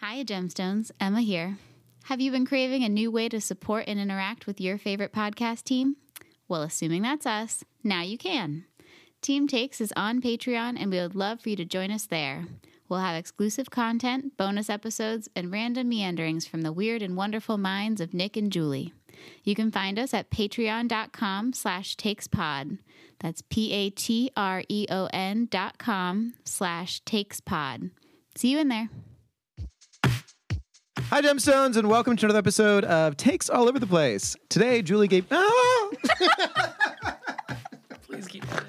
Hiya, Gemstones. Emma here. Have you been craving a new way to support and interact with your favorite podcast team? Well, assuming that's us, now you can. Team Takes is on Patreon, and we would love for you to join us there. We'll have exclusive content, bonus episodes, and random meanderings from the weird and wonderful minds of Nick and Julie. You can find us at patreon.com slash takespod. That's P-A-T-R-E-O-N E dot com slash takespod. See you in there. Hi, Gemstones, and welcome to another episode of Takes All Over the Place. Today, Julie gave. Ah! Please keep that in.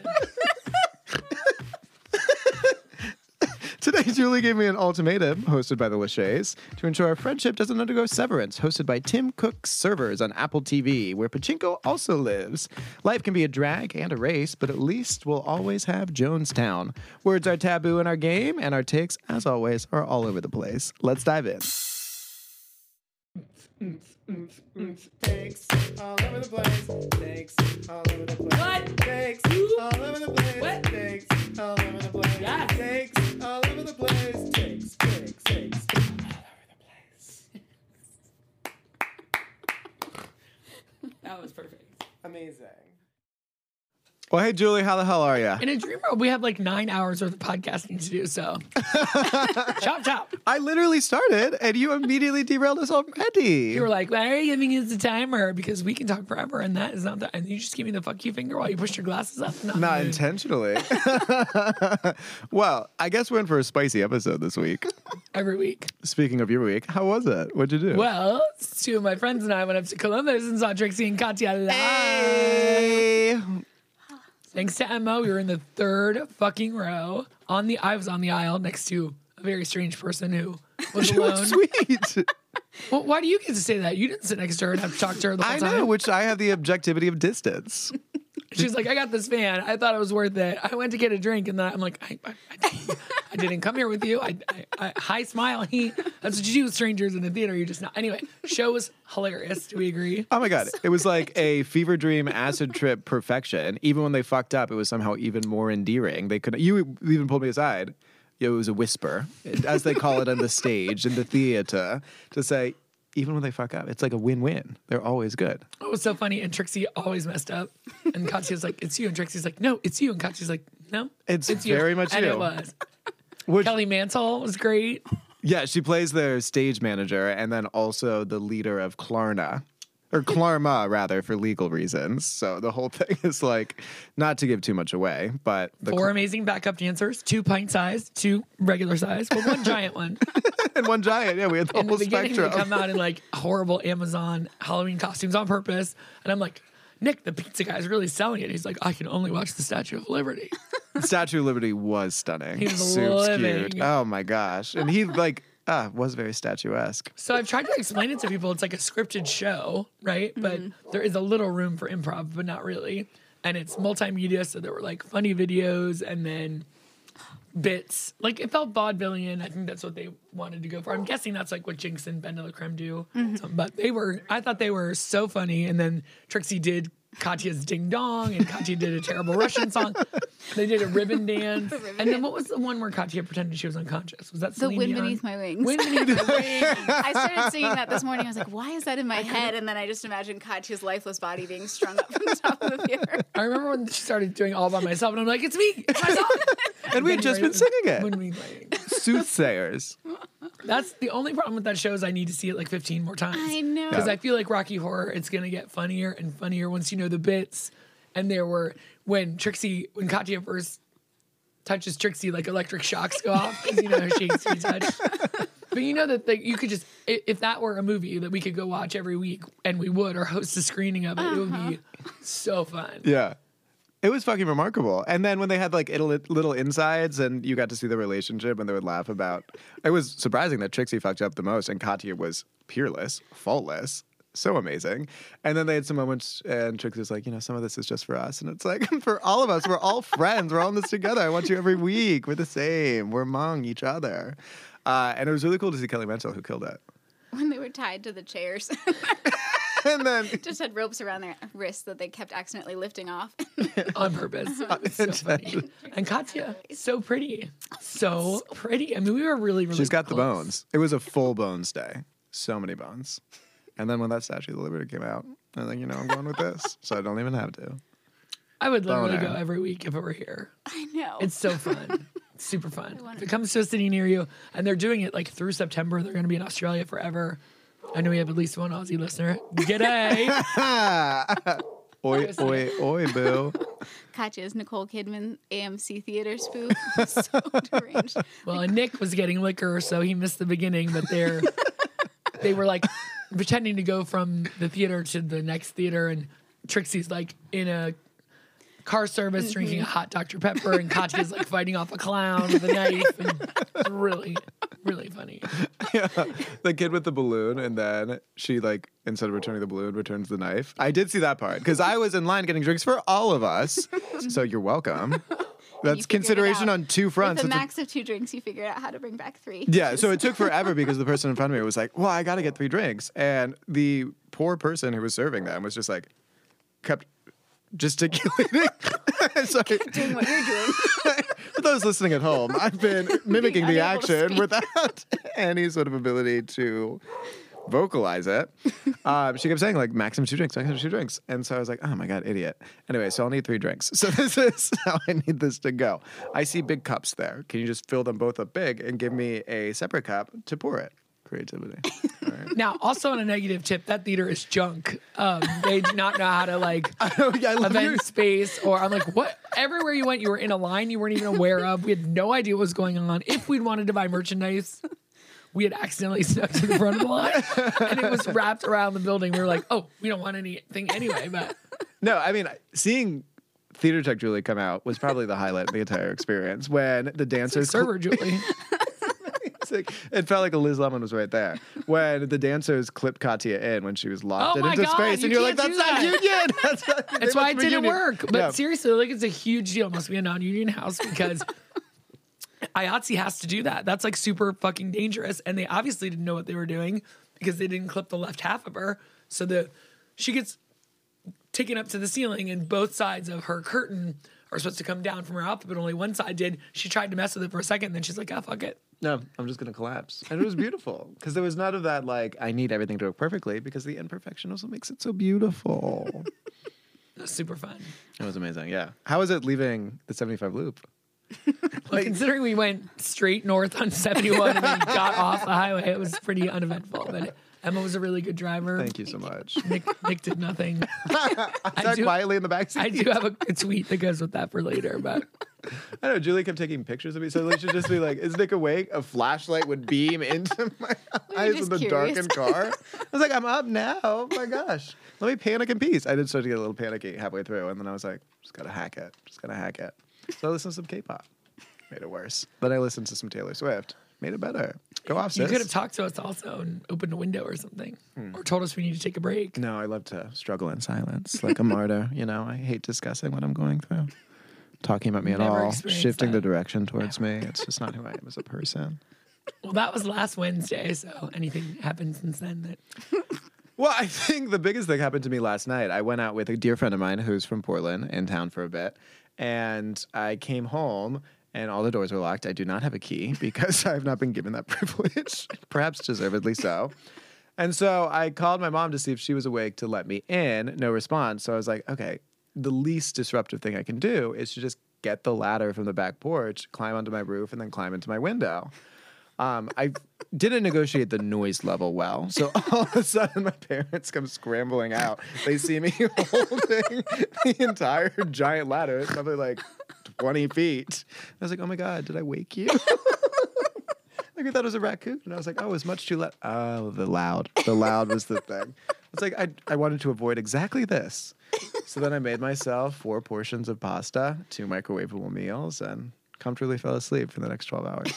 Today, Julie gave me an ultimatum, hosted by the Lachey's, to ensure our friendship doesn't undergo severance, hosted by Tim Cook's Servers on Apple TV, where Pachinko also lives. Life can be a drag and a race, but at least we'll always have Jonestown. Words are taboo in our game, and our takes, as always, are all over the place. Let's dive in. Takes all over the place. Takes all over the place. What? Takes all over the place. What? Takes all over the place. Yes. Takes all over the place. Takes, takes, takes. That was perfect. Amazing. Well, hey, Julie, how the hell are you? In a dream world, we have like nine hours worth of podcasting to do. So, chop chop. I literally started, and you immediately derailed us already. You were like, "Why are you giving us the timer? Because we can talk forever, and that is not that." And you just give me the fuck you finger while you push your glasses up. Not, Not mood. intentionally. well, I guess we're in for a spicy episode this week. every week. Speaking of your week, how was it? What'd you do? Well, two of my friends and I went up to Columbus and saw Trixie and Katya live. Hey! Thanks to Emma, we were in the third fucking row. On the I was on the aisle next to a very strange person who was alone. Sweet. Well, why do you get to say that? You didn't sit next to her and have to talk to her the whole I time. know, which I have the objectivity of distance. She's like, I got this fan. I thought it was worth it. I went to get a drink, and then I'm like, I, I, I, didn't, I didn't come here with you. I, I, I hi smile. He. That's what you do with strangers in the theater. You're just not. Anyway, show was hilarious. Do we agree? Oh my God. It was like a fever dream acid trip perfection. Even when they fucked up, it was somehow even more endearing. They could you even pulled me aside. It was a whisper, as they call it on the stage, in the theater, to say, even when they fuck up, it's like a win win. They're always good. It was so funny. And Trixie always messed up. And Katya's like, it's you. And Trixie's like, no, it's you. And Katya's like, no, It's you. very much and you. it was. Which, Kelly Mantle was great. yeah, she plays their stage manager and then also the leader of Klarna, or Klarma rather, for legal reasons. So the whole thing is like, not to give too much away, but the Four amazing backup dancers. Two pint sized, two regular sized, but one giant one. and one giant. Yeah, we had the in the whole beginning spectrum. they come out in like horrible Amazon Halloween costumes on purpose, and I'm like, Nick, the pizza guy's really selling it. He's like, I can only watch the Statue of Liberty. Statue of Liberty was stunning. He's Soup's cute. living. Oh my gosh. And he like ah, was very statuesque. So I've tried to explain it to people. It's like a scripted show, right? Mm-hmm. But there is a little room for improv, but not really. And it's multimedia, so there were like funny videos and then bits. Like it felt vaudevillian. I think that's what they wanted to go for. I'm guessing that's like what Jinx and Ben de la Creme do. Mm-hmm. So- But they were, I thought they were so funny. And then Trixie did Katya's Ding Dong, and Katya did a terrible Russian song. They did a ribbon dance. and then what was the one where Katya pretended she was unconscious? Was that The Celine Wind Dion? Beneath My Wings. Wind Beneath My Wings. I started singing that this morning. I was like, why is that in my head? And then I just imagined Katya's lifeless body being strung up from the top of the pier. I remember when she started doing all by myself, and I'm like, it's me, it's myself. And we had just been singing it. When we playing. Soothsayers. That's the only problem with that show is I need to see it like 15 more times. I know. Because Yeah. I feel like Rocky Horror, it's gonna get funnier and funnier once you know the bits. And there were when Trixie, when Katya first touches Trixie, like electric shocks go off because you know she hates to be touched. But you know that like, you could just i- if that were a movie that we could go watch every week and we would or host a screening of it, it would be Uh-huh. so fun. Yeah. It was fucking remarkable. And then when they had like ittle- little insides and you got to see the relationship and they would laugh about it was surprising that Trixie fucked up the most and Katya was peerless, faultless. So amazing. And then they had some moments and Trixie was like, you know, some of this is just for us. And it's like, for all of us, we're all friends. We're all in this together. I want you every week. We're the same. We're among each other. Uh, and it was really cool to see Kelly Mental who killed it. When they were tied to the chairs. and then Just had ropes around their wrists that they kept accidentally lifting off. on purpose. And Katya, so pretty. So pretty. I mean, we were really, really she's got the close. bones. It was a full bones day. So many bones. And then when that Statue of Liberty came out, I was like, you know, I'm going with this. So I don't even have to. I would literally Boner. go every week if it were here. I know. It's so fun. It's super fun. If it comes to a city near you, and they're doing it like through September, they're going to be in Australia forever. I know we have at least one Aussie listener. G'day. Oi, oi, oi, boo. Katya is Nicole Kidman AMC theater spoof. so deranged. well, and Nick was getting liquor, so he missed the beginning, but they're they were like pretending to go from the theater to the next theater, and Trixie's like in a car service drinking a hot Dr Pepper, and Katya's like fighting off a clown with a knife. And it's really, really funny. the kid with the balloon, and then she like instead of returning the balloon, returns the knife. I did see that part because I was in line getting drinks for all of us. so you're welcome. That's figured it consideration out. on two With fronts. the It's a- max of two drinks, you figured out how to bring back three. yeah, so it took forever because the person in front of me was like, "Well, I got to get three drinks," and the poor person who was serving them was just like, kept gesticulating. Sorry. Doing what you're doing. For those listening at home, I've been mimicking the unable to action speak. without any sort of ability to vocalize it. Um, she kept saying like maximum two drinks, maximum two drinks, and so I was like, oh my god, idiot. Anyway, so I'll need three drinks. So this is how I need this to go. I see big cups there. Can you just fill them both up big and give me a separate cup to pour it? Creativity. All right. Now, also on a negative tip, that theater is junk. Um, they do not know how to like Yeah, I love event you. space, or I'm like, what? Everywhere you went, you were in a line you weren't even aware of. We had no idea what was going on. If we'd wanted to buy merchandise, we had accidentally snuck to the front of the line, and it was wrapped around the building. We were like, oh, we don't want anything anyway. But No, I mean seeing Theater Tech Julie come out was probably the highlight of the entire experience when the dancers server Julie, It's like- it felt like Liz Lemon was right there when the dancers clipped Katya in when she was Oh locked my into God, space, you and you're like, can't "That's do not that." union." That's, not, they that's why it must be didn't union." work. But Yeah. seriously, like it's a huge deal. It must be a non-union house because. IATSE has to do that. That's like super fucking dangerous. And they obviously didn't know what they were doing because they didn't clip the left half of her. So the she gets taken up to the ceiling, and both sides of her curtain are supposed to come down from her outfit, but only one side did. She tried to mess with it for a second, and then she's like, "Ah, fuck it." no, I'm just gonna collapse. And it was beautiful because there was none of that like I need everything to work perfectly because the imperfection also makes it so beautiful. It was super fun. it was amazing. Yeah, how is it leaving the 75 loop? Well, considering we went straight north on 71 and then got off the highway, it was pretty uneventful. But Emma was a really good driver. Thank you so much. Nick, Nick did nothing. Sat do- quietly in the backseat. I do have a, a tweet that goes with that for later, but. I know Julie kept taking pictures of me, so they should just be like, "Is Nick awake?" A flashlight would beam into my eyes in just the curious. darkened car. I was like, "I'm up now." Oh my gosh, let me panic in peace. I did start to get a little panicky halfway through, and then I was like, "Just gotta hack it. Just gotta hack it." So I listened to some K-pop, made it worse. Then I listened to some Taylor Swift, made it better. Go off, You sis. could have talked to us also and opened a window or something, or told us we need to take a break. Hmm. no, I love to struggle in silence, like a martyr. You know, I hate discussing what I'm going through. Talking about me at Never all, experienced shifting that. the direction towards me. It's just not who I am as a person. Well, that was last Wednesday, so anything happened since then that Well, I think the biggest thing happened to me last night. I went out with a dear friend of mine who's from Portland, in town for a bit, and I came home and all the doors were locked. I do not have a key because I have not been given that privilege, perhaps deservedly so. And so I called my mom to see if she was awake to let me in. No response. So I was like, okay, the least disruptive thing I can do is to just get the ladder from the back porch, climb onto my roof, and then climb into my window. Um, I didn't negotiate the noise level well. So all of a sudden, my parents come scrambling out. They see me holding the entire giant ladder, It's probably like 20 feet. I was like, oh my God, did I wake you? Like I thought it was a raccoon, and I was like, "Oh, it was much too loud." Oh, the loud, the loud was the thing. It's like I, I wanted to avoid exactly this, so then I made myself four portions of pasta, two microwavable meals, and comfortably fell asleep for the next twelve hours.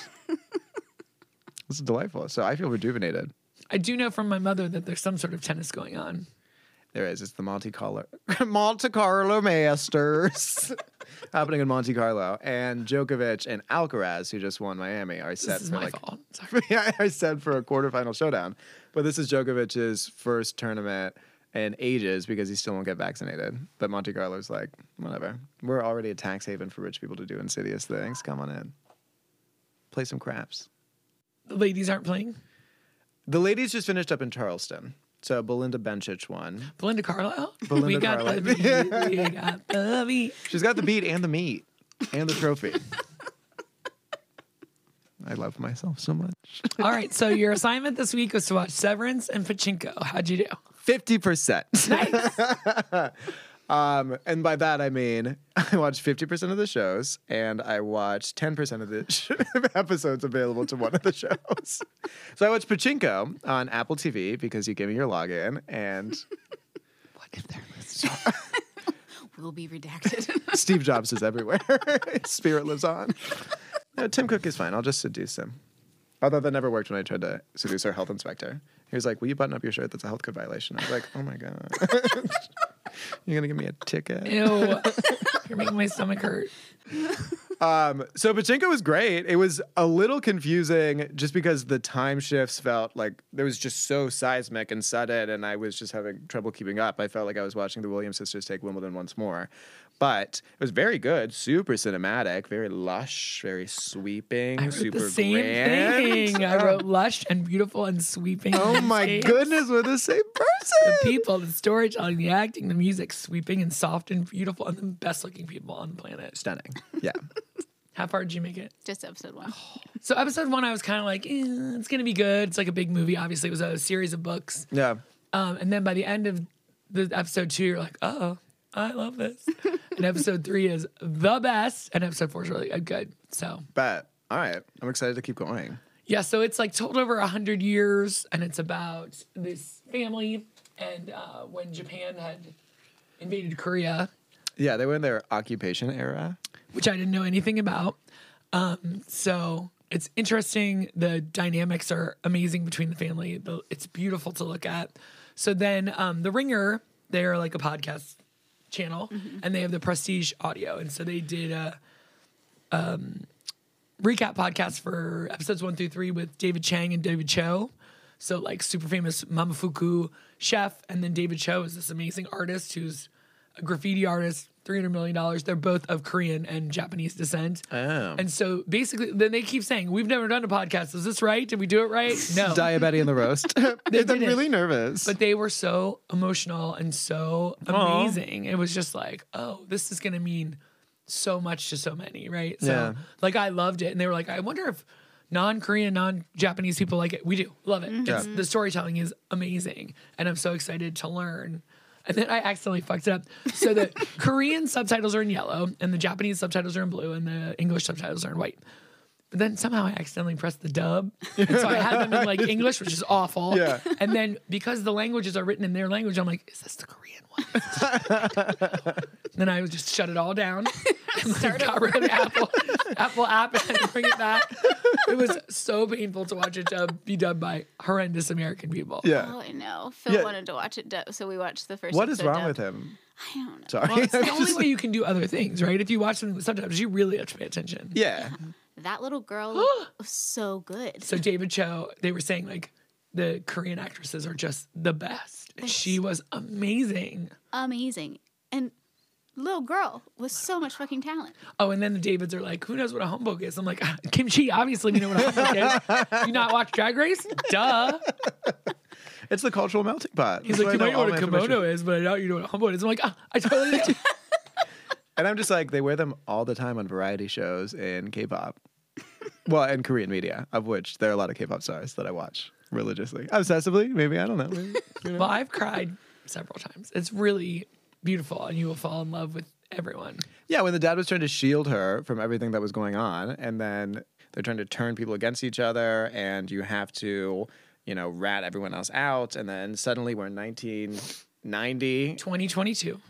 this is delightful. So I feel rejuvenated. I do know from my mother that there's some sort of tennis going on. There is. It's the Monte Carlo Monte Carlo Masters happening in Monte Carlo, and Djokovic and Alcaraz, who just won Miami, are set This is for my like fault. Sorry. yeah, I said for a quarterfinal showdown. But this is Djokovic's first tournament in ages because he still won't get vaccinated. But Monte Carlo's like, whatever. We're already a tax haven for rich people to do insidious things. Come on in. Play some craps. The ladies aren't playing. The ladies just finished up in Charleston. So Belinda Bencic won. Belinda Carlisle. we Belinda got Carlisle. the beat. We got the beat. She's got the beat and the meat and the trophy. I love myself so much. All right. So your assignment this week was to watch Severance and Pachinko. How'd you do? 50%. Nice. Um, and by that I mean I watched fifty percent of the shows, and I watched ten percent of the sh- episodes available to one of the shows. so I watched Pachinko on Apple TV because you gave me your login, and what if they're listening? will be redacted. Steve Jobs is everywhere. His spirit lives on. No, Tim Cook is fine. I'll just seduce him. Although that never worked when I tried to seduce our health inspector. He was like, "Will you button up your shirt? That's a health code violation." I was like, "Oh my god, you're gonna give me a ticket." Ew. You're making my stomach hurt. Um, so Pachinko was great. It was a little confusing just because the time shifts felt like there was just so seismic and sudden, and I was just having trouble keeping up. I felt like I was watching the Williams sisters take Wimbledon once more. But it was very good, super cinematic, very lush, very sweeping, I wrote super the same grand. thing. I wrote lush and beautiful and sweeping. Oh my landscapes. goodness, we're the same The person. people, the storytelling, the acting, the music, sweeping and soft and beautiful, and the best looking people on the planet. Stunning. Yeah. How far did you make it? Just episode one. So, episode one, I was kind of like, eh, it's going to be good. It's like a big movie. Obviously, it was a series of books. Yeah. Um, and then by the end of the episode two, you're like, oh, I love this. and episode three is the best. And episode four is really uh, good. So, But all right. I'm excited to keep going. Yeah, so it's like told over a hundred years, and it's about this family and uh, when Japan had invaded Korea, Yeah, they were in their occupation era. which I didn't know anything about. Um, so it's interesting. The dynamics are amazing between the family. The, it's beautiful to look at. So then um, the Ringer, they're like a podcast channel, and they have the Prestige Audio, and so they did a. Um, recap podcast for episodes one through three with David Chang and David Cho. So like super famous Mamafuku chef, and then David Cho is this amazing artist who's a graffiti artist, three hundred million dollars. They're both of Korean and Japanese descent, and so basically, then they keep saying, "We've never done a podcast. Is this right? Did we do it right? No, Diabetes and the roast. they Oh. did I'm it. really nervous. but they were so emotional and so amazing. It was just like, oh, this is gonna mean so much to so many, right? So Yeah. like I loved it. And they were like, I wonder if non-Korean, non-Japanese people like it. We do. Love it. It's, the storytelling is amazing. And I'm so excited to learn. And then I accidentally fucked it up. So the Korean subtitles are in yellow and the Japanese subtitles are in blue and the English subtitles are in white. But then somehow I accidentally pressed the dub. And so I had them in like English, which is awful. Yeah. And then because the languages are written in their language, I'm like, is this the Korean one? Is this the- then I would just shut it all down. And like, got rid of the Apple, Apple app and bring it back. It was so painful to watch it dub, be dubbed by horrendous American people. yeah. Oh, I know. Phil Yeah. wanted to watch it, du- so we watched the first. What is episode wrong with dubbed. him? I don't know. Sorry. Well, it's the I'm only just- way you can do other things, right? If you watch something with subtitles, you really have to pay attention. yeah. That little girl was so good. So David Cho, they were saying like the Korean actresses are just the best. And she was amazing. Amazing. And little girl with so much fucking talent. Oh, and then the Davids are like, who knows what a humbug is? I'm like, "Ah, Kim Chi, obviously we know what a humbug is. You not watch Drag Race? Duh. It's the cultural melting pot. He's That's like, why I you might know all what a my kimono information." is, but I doubt you know what a humbug is. I'm like, ah, I totally do. And I'm just like, they wear them all the time on variety shows in K-pop. well, and Korean media, of which there are a lot of K-pop stars that I watch religiously, obsessively. Maybe I don't know. Maybe, you know. well, I've cried several times. It's really beautiful, and you will fall in love with everyone. yeah, when the dad was trying to shield her from everything that was going on, and then they're trying to turn people against each other, and you have to, you know, rat everyone else out, and then suddenly we're in 1990. 2022.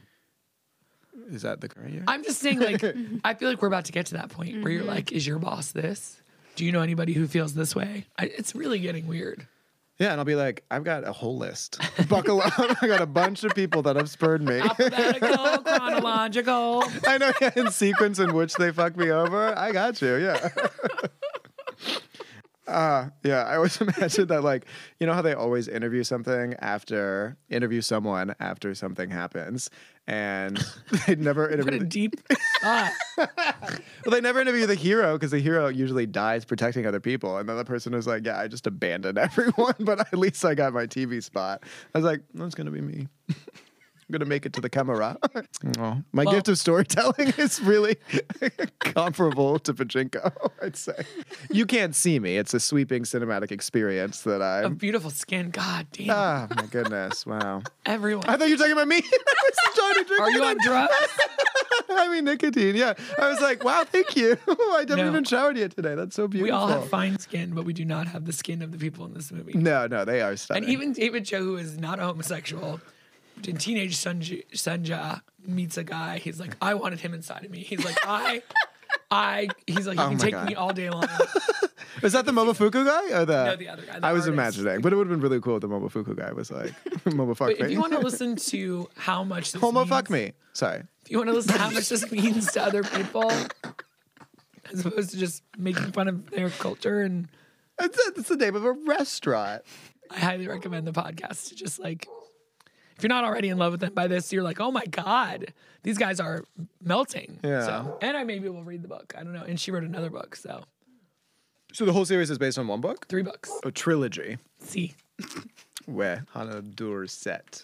Is that the current year? I'm just saying, like, I feel like we're about to get to that point where you're like, is your boss this? Do you know anybody who feels this way? I, it's really getting weird. Yeah, and I'll be like, I've got a whole list. Buckle up. I got a bunch of people that have spurred me. Alphabetical, chronological. I know yeah, in sequence in which they fuck me over. I got you. Yeah. Uh, Yeah, I always imagine that, like, you know how they always interview something after, interview someone after something happens, and they never What interview. a the- deep thought. well, they never interview the hero because the hero usually dies protecting other people, and then the person is like, "Yeah, I just abandoned everyone, but at least I got my TV spot." I was like, "That's gonna be me. I'm gonna make it to the camera." Aw. my Well- gift of storytelling is really comparable to Pachinko. I'd say you can't see me; it's a sweeping cinematic experience that A I'm. beautiful skin. God damn. Oh my goodness! Wow. Everyone. I thought you were talking about me. I was trying to drink Are you it. on drugs? I mean nicotine. Yeah, I was like, wow, thank you. I haven't No. even showered yet today. That's so we beautiful. Mm-hmm. all have fine skin, but we do not have the skin of the people in this movie. No, no, they are stunning. And even David Cho, who is not a homosexual, in Teenage Sunja, Sunja meets a guy. He's like, I wanted him inside of me. He's like, I, I. He's like, you Oh can my take God. me all day long. is that the Momofuku guy or the? No, the other guy, the I was artist. imagining, but it would have been really cool if the Momofuku guy was like Momofuck But if me. you want to listen to how much this Homo means- fuck me. Sorry. If you want to listen to how much this means to other people, as opposed to just making fun of their culture, and It's, it's the name of a restaurant. I highly recommend the podcast to just like. If you're not already in love with them by this, you're like, oh my God, these guys are melting. Yeah. So, and I maybe will read the book. I don't know. And she wrote another book. So, So the whole series is based on one book, three books. a trilogy. See, Where Hanadur set.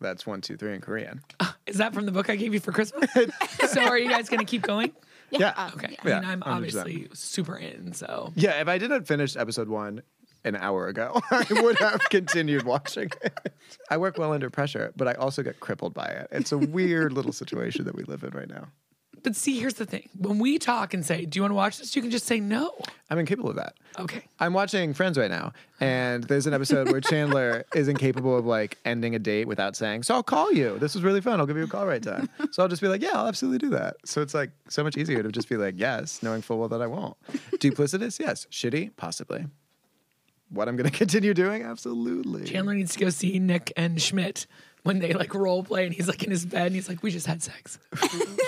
That's one, two, three in Korean. is that from the book I gave you for Christmas? so, are you guys going to keep going? Yeah. Okay. Yeah, I mean, I'm 100%. obviously super in. So, Yeah, if I didn't finish episode one an hour ago, I would have continued watching it. I work well under pressure, but I also get crippled by it. It's a weird little situation that we live in right now. but see, here's the thing when we talk and say, do you want to watch this? You can just say no. I'm incapable of that. Okay. I'm watching Friends right now, and there's an episode where Chandler is incapable of like ending a date without saying, "So I'll call you. This was really fun. I'll give you a call right time." So I'll just be like, "Yeah, I'll absolutely do that." So it's like so much easier to just be like, "Yes," knowing full well that I won't. Duplicitous, yes. Shitty, possibly. What I'm going to continue doing, absolutely. Chandler needs to go see Nick and Schmidt when they like role play and he's like in his bed and he's like, We just had sex.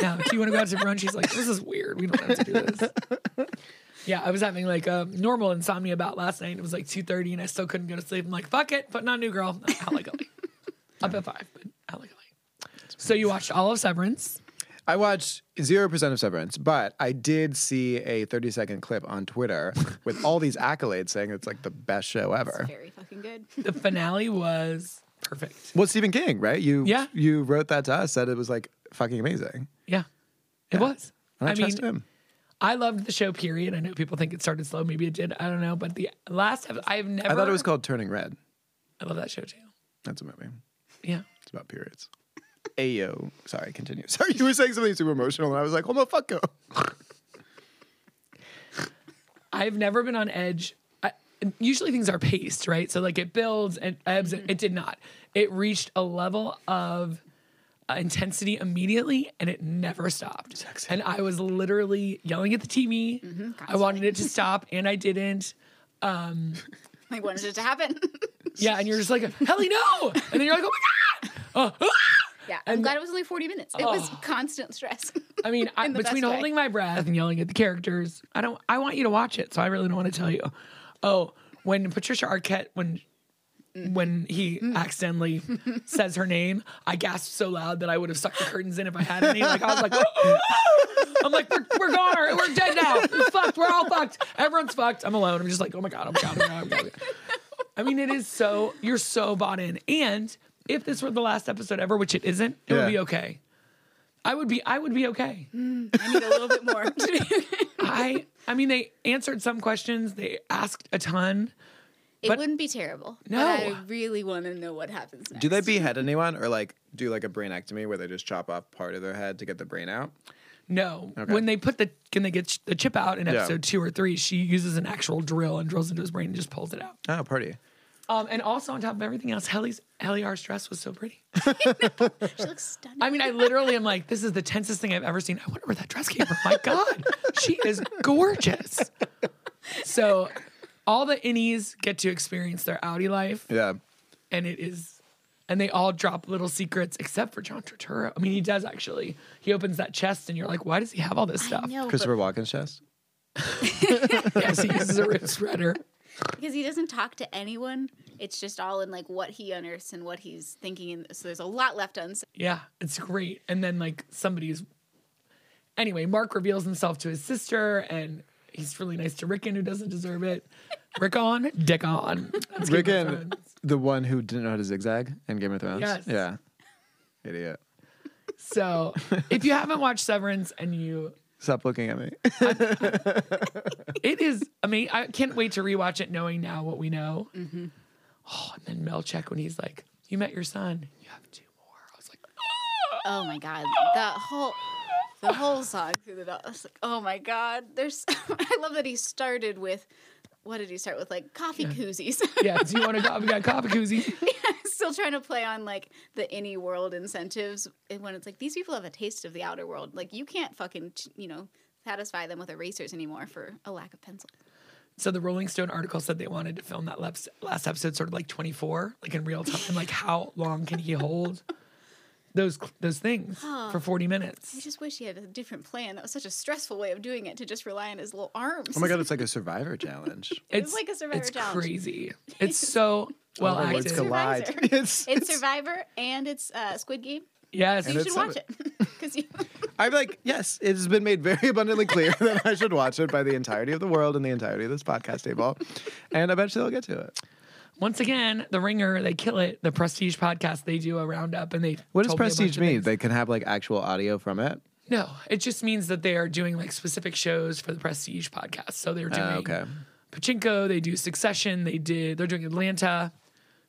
now, do you want to go out to brunch? He's like, This is weird. We don't have to do this. Yeah, I was having like a normal insomnia about last night. It was like 2.30 and I still couldn't go to sleep. I'm like, fuck it, putting on New Girl. Out like a light. Up at five, but out like a light. So you watched all of Severance. I watched zero percent of Severance, but I did see a 30 second clip on Twitter with all these accolades saying it's like the best show ever. Very fucking good. The finale was perfect. Well, Stephen King, right? You Yeah. you wrote that to us, said it was like fucking amazing. Yeah, it was. And I, trust him. I loved the show. Period. I know people think it started slow. Maybe it did. I don't know. But the last, ep- I've never. I thought it was called Turning Red. I love that show too. That's a movie. Yeah. It's about periods. Ayo. Sorry, continue. Sorry, you were saying something super emotional, and I was like, oh my fuck. oh. I've never been on edge. I, usually things are paced, right? So like it builds and ebbs. Mm-hmm. and It did not. It reached a level of uh, intensity immediately, and it never stopped. And I was literally yelling at the TV. Mm-hmm. I wanted it to stop, and I didn't. I wanted it to happen. Yeah, and you're just like, "Helly no!" And then you're like, "Oh my god!" Oh, ah! yeah. I'm glad it was only 40 minutes. It was constant stress. I mean, I, In the between best way. holding my breath and yelling at the characters, I don't. I want you to watch it, so I really don't want to tell you. Oh, when Patricia Arquette, when when he accidentally says her name, I gasped so loud that I would have sucked the curtains in if I had any. Like I was like, "Oh, oh, oh." I'm like, we're, we're gone, or we're dead now. We're fucked. We're all fucked. Everyone's fucked. I'm alone. I'm just like, oh my god, I'm god, I'm god. I'm god. I mean, it is so you're so bought in. And if this were the last episode ever, which it isn't, it Yeah. would be okay. I would be I would be okay. I need a little bit more. I I mean they answered some questions, they asked a ton. it But- wouldn't be terrible. No. But I really want to know what happens next. Do they behead anyone or like do like a brainectomy where they just chop off part of their head to get the brain out? No. Okay. When they put the can they get ch- the chip out in Yeah. episode 2 or 3, she uses an actual drill and drills into his brain and just pulls it out. Oh, party. Um and also on top of everything else, Helly's Helly R's dress was so pretty. She looks stunning. I mean, I literally am like this is the tensest thing I've ever seen. I wonder where that dress came from. My god. She is gorgeous. So all the innies get to experience their Audi life. Yeah. and it is and they all drop little secrets except for John Turturro. I mean, he does actually. He opens that chest and you're like, why does he have all this I stuff? know, but Christopher Walken's chest. Yes, he uses a root spreader. because he doesn't talk to anyone. It's just all in like what he unearths and what he's thinking. And so there's a lot left unsaid. Yeah, it's great. And then like somebody's anyway, Mark reveals himself to his sister and he's really nice to Rickon who doesn't deserve it. Rick on, dick on. That's Game of Rickon, Thrones. the one who didn't know how to zigzag in Game of Thrones. Yes. Yeah. Idiot. So if you haven't watched Severance and you Stop looking at me. it is I mean, I can't wait to rewatch it knowing now what we know. Mm-hmm. Oh, and then Melchek when he's like, You met your son, you have two more. I was like, Oh my god, that whole the whole song through the doll. It's like, oh my god, there's. I love that he started with. What did he start with? Like coffee koozies. Yeah, do you want to go? We got coffee koozie. Still trying to play on like the any world incentives and when it's like these people have a taste of the outer world. Like you can't fucking you know satisfy them with erasers anymore for a lack of pencil. So the Rolling Stone article said they wanted to film that laps- last episode sort of like 24, like in real time. Like how long can he hold those those things for 40 I minutes? just wish he had a different plan. That was such a stressful way of doing it to just rely on his little arms. oh my god, it's like a survivor challenge. It's like a Survivor It's challenge. crazy. It's so well Overlords acted. Survivor. collide. It's, It's Survivor and it's uh, Squid Game. Yes. You it's should seven. watch it because you. I'm like, yes, it has been made very abundantly clear that I should watch it by the entirety of the world and the entirety of this podcast table. And eventually I'll get to it. Once again, The Ringer, they kill it. The Prestige podcast, they do a roundup and they. What does told me a bunch prestige of mean? things. They can have like actual audio from it. No, it just means that they are doing like specific shows for the Prestige podcast. So they're doing Ah, okay. Pachinko, they do Succession, they did they're doing Atlanta.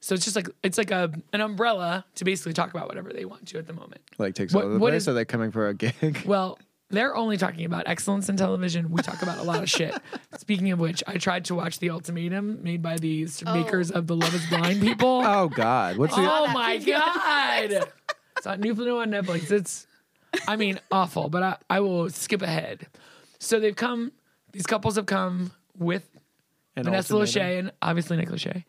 So it's just like it's like a an umbrella to basically talk about whatever they want to at the moment. Like takes What- all over the what place. is- Are they coming for a gig? Well, they're only talking about excellence in television. We talk about a lot of shit. Speaking of which, I tried to watch The Ultimatum made by the s- makers of The Love is Blind people. Oh God! What's the Oh my god! it's on Newfoundland on Netflix. It's, I mean, awful. But I, I will skip ahead. So they've come. These couples have come with an Vanessa ultimatum? Lachey and obviously Nick Lachey,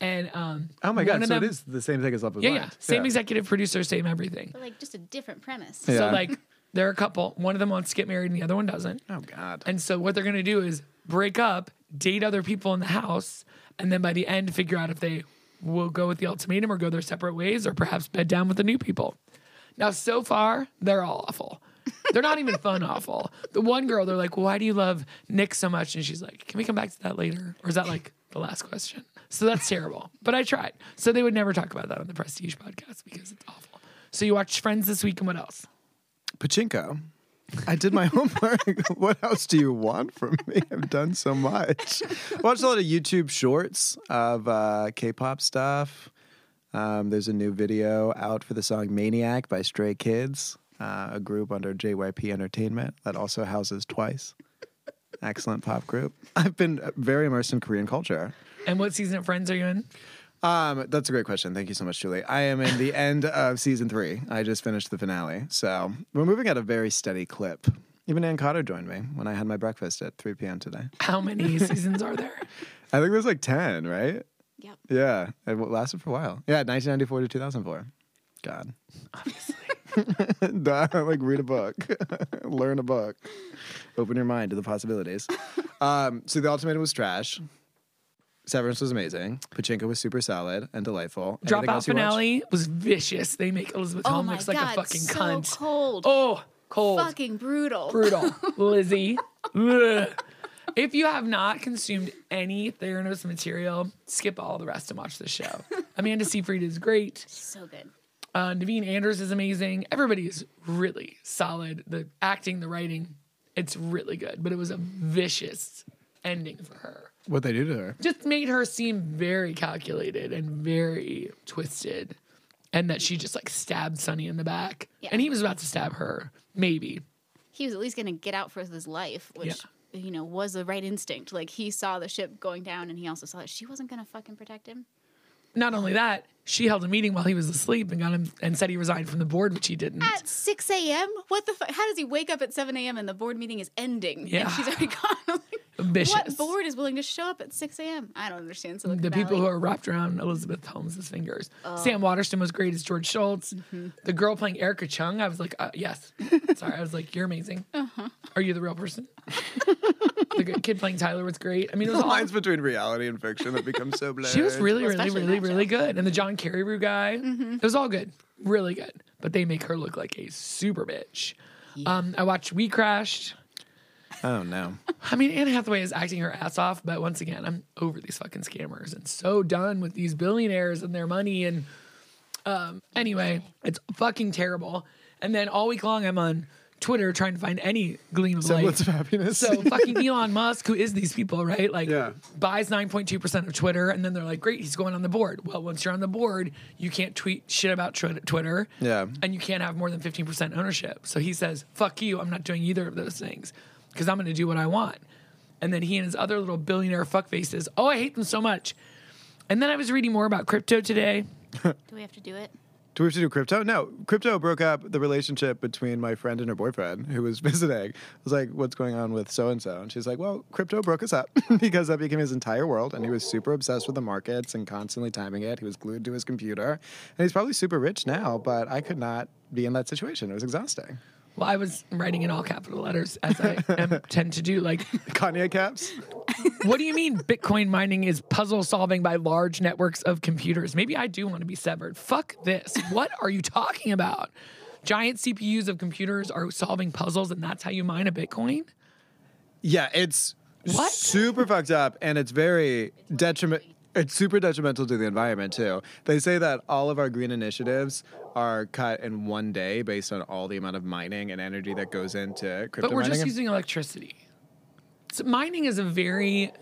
and um. Oh my one God! of So them- it is the same thing as Love Is Yeah, yeah. Blind. Same executive producer, same everything. like just a different premise. Yeah. So like, they're a couple. One of them wants to get married, and the other one doesn't. Oh God! And so what they're gonna do is break up, date other people in the house, and then by the end figure out if they will go with the ultimatum or go their separate ways or perhaps bed down with the new people. Now so far, they're all awful. They're not even fun awful. The one girl, they're like, Why do you love Nick so much? And she's like, Can we come back to that later? Or is that like the last question? So that's terrible. But I tried. So they would never talk about that on the Prestige podcast because it's awful. So you watched Friends this week and what else? Pachinko. I did my homework. what else do you want from me? I've done so much. Watched a lot of YouTube shorts of uh, K-pop stuff. Um, there's a new video out for the song "Maniac" by Stray Kids, uh, a group under JYP Entertainment that also houses Twice. Excellent pop group. I've been very immersed in Korean culture. And what season of Friends are you in? Um, that's a great question. Thank you so much, Julie. I am in the end of season three. I just finished the finale, so we're moving at a very steady clip. Even Ann Cotter joined me when I had my breakfast at 3 p.m. today. How many seasons are there? I think there's like 10, right? Yep. Yeah, it w- lasted for a while. Yeah, 1994 to 2004. God, Duh, like read a book, learn a book, open your mind to the possibilities. Um, so the ultimatum was trash. Severance was amazing. Pachinko was super solid and delightful. Anything Dropout else you watched? finale was vicious. They make Elizabeth Oh Holmes my looks god, like a fucking so cunt. cold, Oh, cold, fucking brutal. brutal, Lizzie. Ugh. if you have not consumed any Theranos material, skip all the rest and watch this show. Amanda Seyfried is great. So good. Uh, Naveen Anders is amazing. Everybody is really solid. The acting, the writing, it's really good. But it was a vicious ending for her. What they do to her? just made her seem very calculated and very twisted and that she just like stabbed Sonny in the back Yeah. and he was about to stab her maybe He was at least gonna get out for his life, which you know was the right instinct. Like he saw the ship going down, and he also saw that she wasn't gonna fucking protect him. not only that she held a meeting while he was asleep and got him and said he resigned from the board which he didn't At six a.m. What the fuck? How does he wake up at seven a.m. and the board meeting is ending? Yeah. and she's already gone. Like, Vicious. What board is willing to show up at six a.m.? I don't understand. Silicon the people Valley. who are wrapped around Elizabeth Holmes's fingers. Oh. Sam Waterston was great as George Schultz. Mm-hmm. The girl playing Erica Uh-huh. Chung, I was like, uh, yes. Sorry, I was like, you're amazing. Are you the real person? the good kid playing Tyler was great. I mean, it was Oh The all, lines between reality and fiction that become so blurred. she was really, Uh, Well, really, especially Mm-hmm. really, that really good. And the John Carreyrou guy, it was all good, really good. But they make her look like a super bitch. Um, I watched We Crashed. Oh no. I mean, Anne Hathaway is acting her ass off, but once again, I'm over these fucking scammers and so done with these billionaires and their money. And um, anyway, it's fucking terrible. And then all week long, I'm on Twitter trying to find any gleam of Semblance light. of happiness. So fucking Elon Musk, who is these people, right? Like Yeah. buys 9.2% of Twitter and then they're like, great, he's going on the board. Well, once you're on the board, you can't tweet shit about Twi- Twitter. Yeah. And you can't have more than 15% ownership. So he says, fuck you, I'm not doing either of those things because I'm going to do what I want. And then he and his other little billionaire fuck faces, oh, I hate them so much. And then I was reading more about crypto today. Do we have to do it? Do we have to do crypto? No. Crypto broke up the relationship between my friend and her boyfriend who was visiting. I was like, what's going on with so and so? And she's like, well, crypto broke us up because that became his entire world. And he was super obsessed with the markets and constantly timing it. He was glued to his computer. And he's probably super rich now, but I could not be in that situation. It was exhausting. Well, I was writing in all capital letters as I am, tend to do. Like, Kanye caps? what do you mean Bitcoin mining is puzzle solving by large networks of computers? Maybe I do want to be severed. Fuck this. What are you talking about? Giant CPUs of computers are solving puzzles, and that's how you mine a Bitcoin? Yeah, it's What? super fucked up, and it's very detriment. It's super detrimental to the environment too. They say that all of our green initiatives are cut in one day based on all the amount of mining and energy that goes into crypto But we're mining. just using electricity. So mining is a very,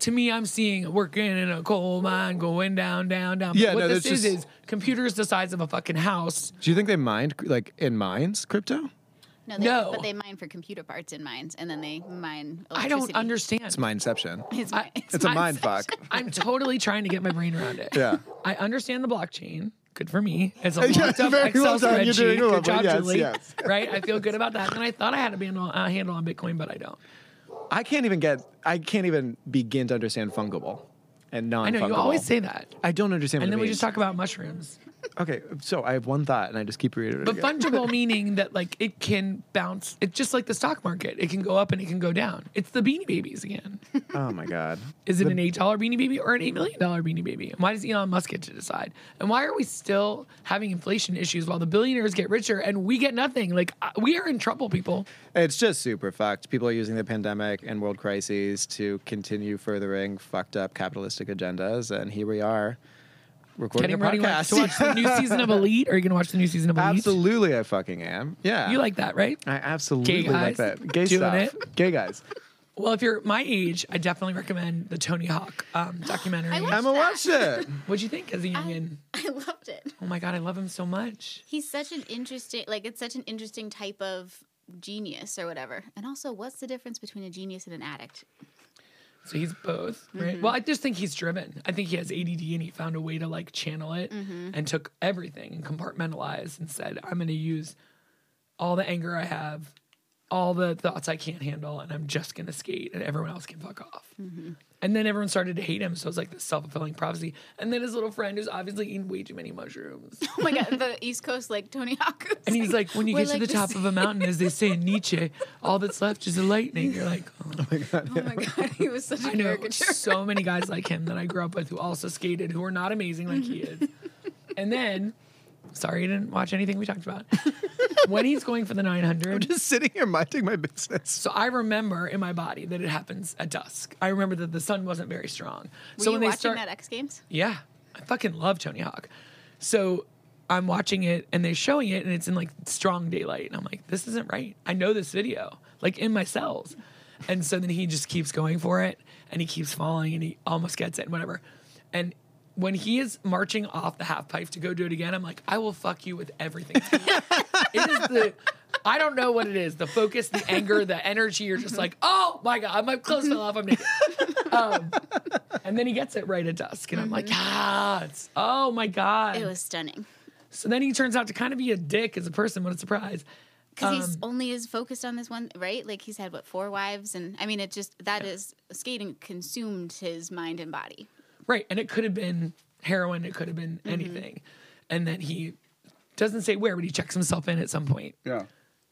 to me, I'm seeing working in a coal mine, going down, down, down. But Yeah, what no, this that's is just- is computers the size of a fucking house. Do you think they mined like in mines crypto? No, they, No. but they mine for computer parts in mines, and then they mine. Electricity. I don't understand. It's mineception. It's I- mine. It's a Mineception. mind fuck. I'm totally trying to get my brain around it. Yeah. I understand the blockchain. Good for me. It's a Yeah, locked up very Excel well done. You're spreadsheet. doing Good well, job, yes, Julie. yes. Right? I feel good about that. And I thought I had a handle, a handle on Bitcoin, but I don't. I can't even get. I can't even begin to understand fungible and non. I know you always say that. I don't understand. What And it then we means. just talk about mushrooms. Okay, so I have one thought, and I just keep reiterating. But it. fungible meaning that like it can bounce. It's just like the stock market. It can go up and it can go down. It's the Beanie Babies again. Oh my god. Is it an eight dollar Beanie Baby or an eight million dollar Beanie Baby? And why does Elon Musk get to decide? And why are we still having inflation issues while the billionaires get richer and we get nothing? Like I- we are in trouble, people. It's just super fucked. People are using the pandemic and world crises to continue furthering fucked up capitalistic agendas, and here we are recording Getting a ready like, podcast. to watch the new season of Elite. Are you going to watch the new season of Elite? absolutely, I fucking am. Yeah, You like that, right? I absolutely Gay guys like that. Gay doing stuff. it. Gay guys. Well, if you're my age, I definitely recommend the Tony Hawk um, documentary. I watched- Emma watched it. What'd you think as a youngin? I loved it. Oh my god, I love him so much. He's such an interesting, like it's such an interesting type of genius or whatever. And also, what's the difference between a genius and an addict? So he's both, Mm-hmm. right? Well, I just think he's driven. I think he has ADD and he found a way to like channel it Mm-hmm. and took everything and compartmentalized and said, I'm going to use all the anger I have, all the thoughts I can't handle, and I'm just going to skate and everyone else can fuck off. Mm-hmm. And then everyone started to hate him. So it was like this self fulfilling prophecy. And then his little friend who's obviously eating way too many mushrooms. Oh my god, the East Coast like Tony Hawk. And he's like, when you we're get to like the top of a mountain, as they say in Nietzsche, all that's left is the lightning. You're like, oh. oh my god, he was such a I know caricature. so many guys like him that I grew up with who also skated, who are not amazing like he is. And then, sorry, you didn't watch anything we talked about. when he's going for the 900, Just sitting here minding my business. so I remember in my body that it happens at dusk. I remember that the sun wasn't very strong. so Were you when they watching start, that X Games? yeah, I fucking love Tony Hawk. So I'm watching it and they're showing it and it's in like strong daylight. And I'm like, this isn't right. I know this video, like in my cells. And so then he just keeps going for it and he keeps falling and he almost gets it and whatever. And when he is marching off the half pipe to go do it again, I'm like, I will fuck you with everything. it is the I don't know what it is. The focus, the anger, the energy. You're just like, oh my god, my clothes fell off. I'm naked. Um, and then he gets it right at dusk, and I'm like, ah, it's, oh my god. Mm-hmm. It was stunning so then he turns out to kind of be a dick as a person. What a surprise! because he's um, only as focused on this one, right? Like he's had what four wives, and I mean, it just that is skating consumed his mind and body. Right, and it could have been heroin. It could have Mm-hmm. been anything. And then he doesn't say where, but he checks himself in at some point. Yeah.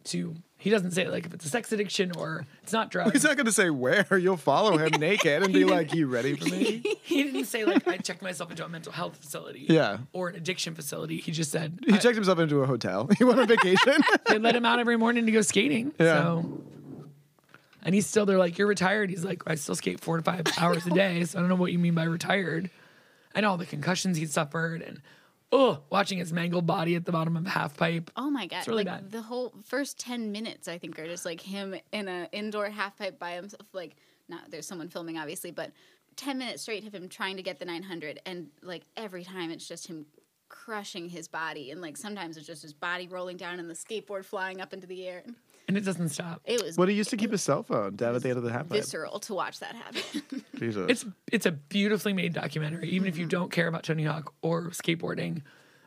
to he doesn't say like if it's a sex addiction or it's not He's drugs. not going to say where. You'll follow him naked and be like, "You ready for me?" he didn't say like I checked myself into a mental health facility Yeah. or an addiction facility. He just said He I- checked himself into a hotel. He went on vacation. they let him out every morning to go skating. Yeah. So and he's still they're like, You're retired. He's like, I still skate four to five hours a day, so I don't know what you mean by retired. And all the concussions he suffered and oh watching his mangled body at the bottom of a half pipe. Oh my god! really like bad. the whole first ten minutes, I think, are just like him in an indoor half pipe by himself. Like, not there's someone filming, obviously, but ten minutes straight of him trying to get the 900, and like every time it's just him crushing his body, and like sometimes it's just his body rolling down and the skateboard flying up into the air. And it doesn't stop. It was Well, he used to keep his cell phone down at the end of the half pipe. visceral to watch that happen. Jesus. It's it's a beautifully made documentary. Even Mm-hmm. if you don't care about Tony Hawk or skateboarding,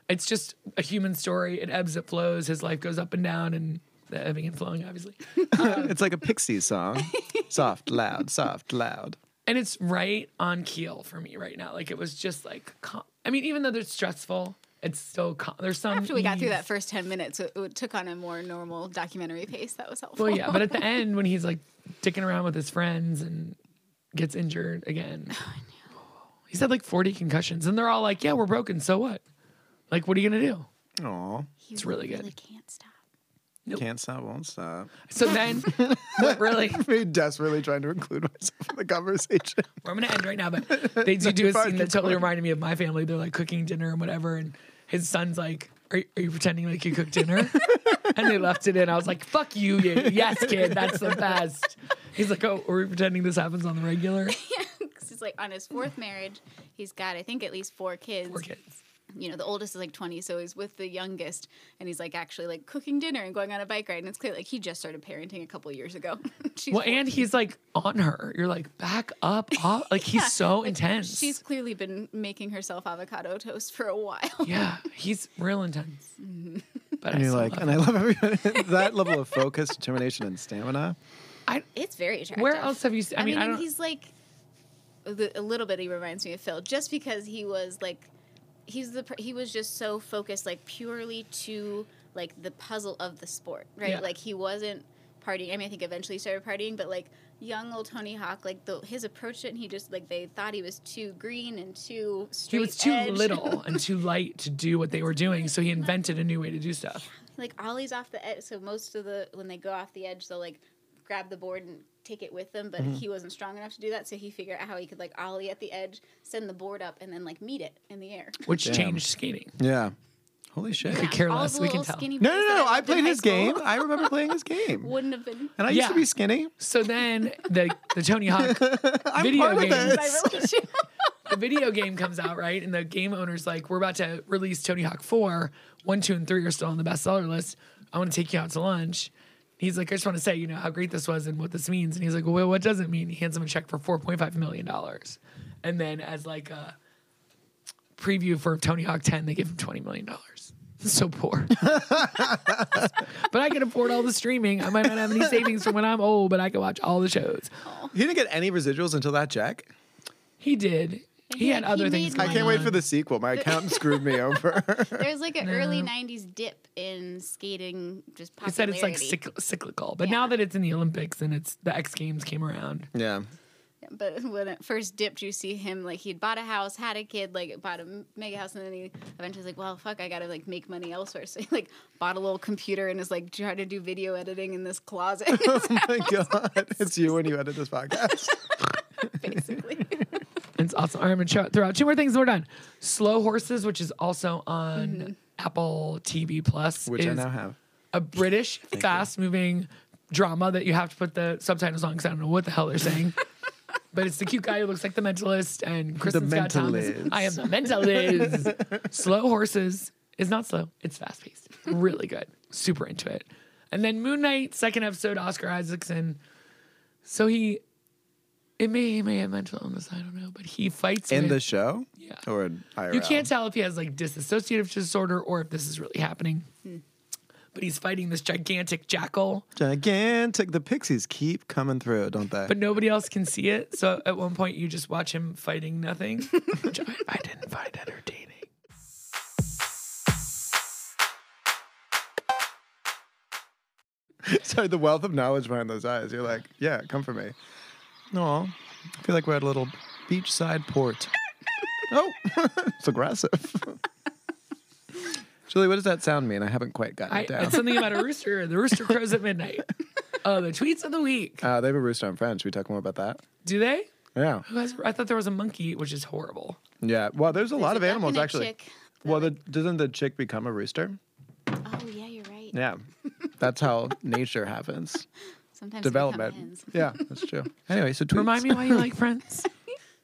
it's just a human story. It ebbs, it flows. His life goes up and down, and the ebbing and flowing, obviously. It's like a Pixies song. soft, loud, soft, loud. And it's right on keel for me right now. Like it was just like, calm. I mean, even though they're stressful, it's still calm. There's some After we got through ease. that first ten minutes, it, it took on a more normal documentary pace. That was helpful. Well, yeah, but at the end when he's like dicking around with his friends and gets injured again, he's had like 40 concussions, and they're all like, "Yeah, we're broken. So what? Like, what are you gonna do?" Aw. He it's really good. Really can't stop. Can't stop, won't stop. So then, what really, Me desperately trying to include myself in the conversation. I'm gonna end right now, but they do do a fine, scene keep that totally reminded me of my family. They're like cooking dinner and whatever, and his son's like, "Are, are you pretending like you cooked dinner?" and they left it in. I was like, "Fuck you, you yes kid, that's the best." He's like, "Oh, are we pretending this happens on the regular?" 'Cause he's like on his fourth marriage, he's got I think at least four kids. Poor kids. you know, the oldest is like 20, so he's with the youngest, and he's like actually like cooking dinner and going on a bike ride. And it's clear like he just started parenting a couple years ago. she's, Well, and he's like on her. You're like, back up, up. Like he's so intense. she's clearly been making herself avocado toast for a while. yeah, he's real intense. But And I you're still like, love and him. I love everybody. that level of focus, determination, and stamina. I, It's very attractive. where else have you? Seen, I, mean, I and don't. he's like the- a little bit. He reminds me of Phil, just because he was like, he's the per- he was just so focused, like purely to like the puzzle of the sport, right? Yeah. Like he wasn't partying. I mean, I think eventually he started partying, but like young old Tony Hawk, like the, his approach to it, and he just like they thought he was too green and too straight. he was too edge. little and too light to do what they were doing, so he invented a new way to do stuff. like ollie's off the edge so most of the when they go off the edge they'll like grab the board and take it with them but Mm-hmm. he wasn't strong enough to do that so he figured out how he could like ollie at the edge send the board up and then like meet it in the air which Damn. changed skating. Yeah. Holy shit. Could care all less, the we can little tell. skinny No, boys no, that no. I loved in played high his school game. I remember playing his game. wouldn't have been And I used to Yeah. be skinny. So then the the Tony Hawk I'm Video part of games. my this. relationship the video game comes out right, and the game owner's like, "We're about to release Tony Hawk four. One, two, and three are still on the bestseller list. I want to take you out to lunch." He's like, "I just want to say, you know, how great this was and what this means." And he's like, "Well, what does it mean?" He hands him a check for four point five million dollars, and then as like a preview for Tony Hawk ten, they give him twenty million dollars. So poor. but I can afford all the streaming. I might not have any savings from when I'm old, but I can watch all the shows. He didn't get any residuals until that check. He did. He He- had other he things. made I Going can't wait for on. the sequel. My accountant screwed me over. there's like an early No. 90s dip in skating just It said popularity it's like cyc- cyclical, but Yeah. now that it's in the Olympics and it's the X Games came around, yeah. But when it first dipped, you see him like he'd bought a house, had a kid, like bought a m- mega house, and then he eventually was like, "Well, fuck, I gotta like make money elsewhere." So he like bought a little computer and is like trying to do video editing in this closet, Oh my God. It's you when you edit this podcast. basically. it's awesome. All right, I'm gonna show- throw out two more things and we're done. Slow Horses, which is also on Mm-hmm. Apple TV Plus, Which I is now have. a British fast-moving drama that you have to put the subtitles on because I don't know what the hell they're saying. But it's the cute guy who looks like the mentalist and Kristen Scott Thomas. Mentalist. I am the mentalist. slow horses is not slow. It's fast paced. Really good. Super into it. And then Moon Knight, second episode, Oscar Isaacson. So he, it may he may have mental illness. I don't know, but he fights In with- the show? Yeah. Or in IRL? you can't tell if he has like dissociative disorder or if this is really happening. Hmm. But he's fighting this gigantic jackal. Gigantic. The pixies keep coming through, don't they? but nobody else can see it. So at one point, you just watch him fighting nothing, which I, I didn't find entertaining. sorry, the wealth of knowledge behind those eyes. You're like, yeah, come for me. No, I feel like we're at a little beachside port. oh, it's aggressive. Julie, what does that sound mean? I haven't quite gotten I, it down. it's something about a rooster. The rooster crows at midnight. Oh, the tweets of the week. Uh, they have a rooster in French. Should we talk more about that? Do they? Yeah. Who has- I thought there was a monkey, which is horrible. Yeah. Well, there's a lot a of duck animals and a actually. chick that, well, the, doesn't the chick become a rooster? Oh yeah, you're right. Yeah. That's how nature happens. Sometimes they become Development. hens. Yeah, that's true. Anyway, so tweets. Remind me why you like Friends.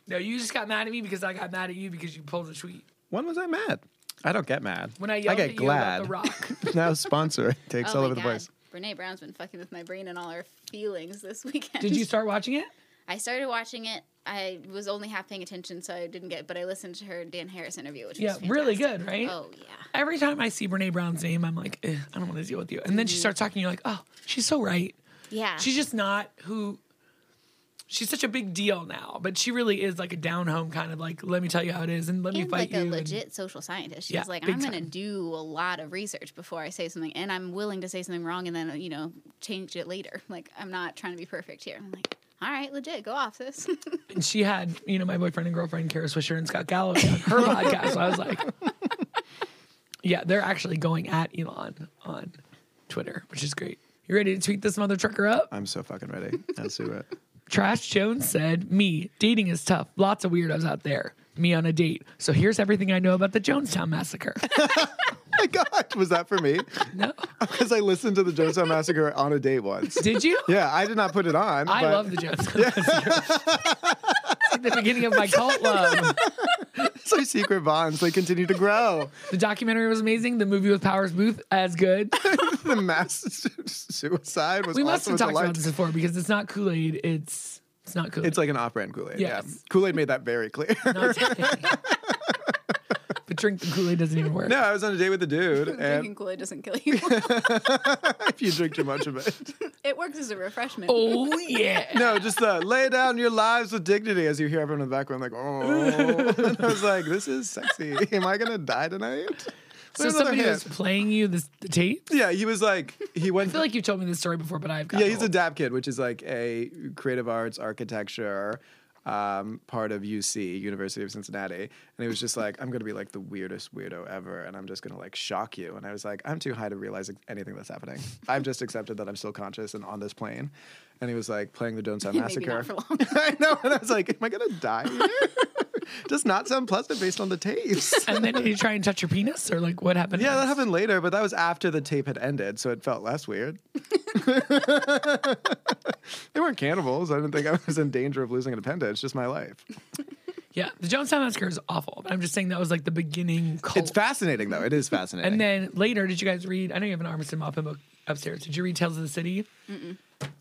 no, you just got mad at me because I got mad at you because you pulled a tweet When was I mad? I don't get mad. when I yelled get at glad. you about The Rock. now sponsor it takes Oh all my over the God. place. Brene Brown's been fucking with my brain and all her feelings this weekend. Did you start watching it? I started watching it. I was only half paying attention, so I didn't get. But I listened to her Dan Harris interview, which Yeah, was really fantastic. good, right? Oh yeah, Every time I see Brene Brown's name, I'm like, "Ugh, I don't want to deal with you. And then she starts talking, you're like, oh, she's so right. yeah. She's just not who. She's such a big deal now, but she really is like a down home kind of like, let me tell you how it is and let me and fight like a you. and- legit social scientist. She's Yeah, like, big I'm going to time. do a lot of research before I say something, and I'm willing to say something wrong and then, you know, change it later. Like, I'm not trying to be perfect here. I'm like, all right, legit, go off this. And she had, you know, my boyfriend and girlfriend, Kara Swisher and Scott Galloway on her podcast. So I was like, yeah, they're actually going at Elon on Twitter, which is great. You ready to tweet this mother trucker up? I'm so fucking ready. Let's do it. Oh Trash Jones said, Me, dating is tough. Lots of weirdos out there. Me on a date. So here's everything I know about the Jonestown massacre. my God, was that for me? no. Because I listened to the Jonestown Massacre on a date once. Did you? Yeah, I did not put it on. I but love the Jonestown massacre. It's like the beginning of my cult love. It's like secret bonds. They continue to grow. The documentary was amazing. The movie with Powers Booth, as good. the mass suicide was We must also have a talked about delight. this before because it's not Kool Aid. It's it's not Kool Aid. It's like an off brand Kool Aid. Yeah. Yes. Kool Aid made that very clear. but drink the Kool Aid doesn't even work. no, I was on a date with a dude, Drinking and Kool Aid doesn't kill you. if you drink too much of it, it works as a refreshment. Oh yeah. no, just uh, lay down your lives with dignity as you hear everyone in the background, like, oh. and I was like, this is sexy. Am I going to die tonight? So Where's another somebody was hit? playing you this, the tape. Yeah, he was like, he went. I feel like you've told me this story before, but I've got yeah, he's a DAP kid, which is like a creative arts architecture um, part of UC, University of Cincinnati. And he was just like, I'm going to be like the weirdest weirdo ever, and I'm just going to like shock you. And I was like, I'm too high to realize anything that's happening. I've just accepted that I'm still conscious and on this plane. And he was like playing the Jonestown Maybe Massacre. not for long. I know, and I was like, Am I going to die here? Does not sound pleasant based on the tapes. And then did he try and touch your penis or like what happened? Yeah, that next? happened later, but that was after the tape had ended, so it felt less weird. they weren't cannibals. I didn't think I was in danger of losing an appendage. Just my life. Yeah, the Jonestown massacre is awful. But I'm just saying that was like the beginning. Cult. It's fascinating, though. It is fascinating. And then later, did you guys read? I know you have an Armistead Maupin book upstairs. Did you read Tales of the City?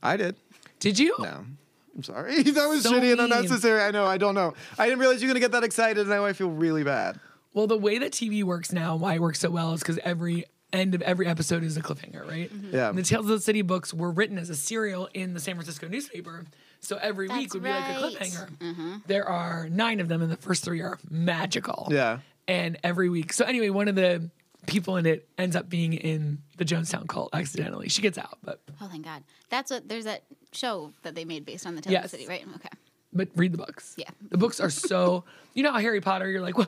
I did. Did you? No. I'm sorry. that was So shitty and mean. unnecessary. I know. I don't know. I didn't realize you were going to get that excited, and now I feel really bad. Well, the way that TV works now, why it works so well, is because every end of every episode is a cliffhanger, right? Mm-hmm. Yeah. And the Tales of the City books were written as a serial in the San Francisco newspaper. So every week That's would be right. Mm-hmm. like a cliffhanger. There are nine of them, and the first three are magical. Yeah. And every week. So, anyway, one of the people in it ends up being in the Jonestown cult accidentally. She gets out, but Oh, thank God. That's what, there's that show that they made based on the Tale of Yes. the City, right? Okay. but read the books. Yeah. The books are so, you know how Harry Potter, you're like, well,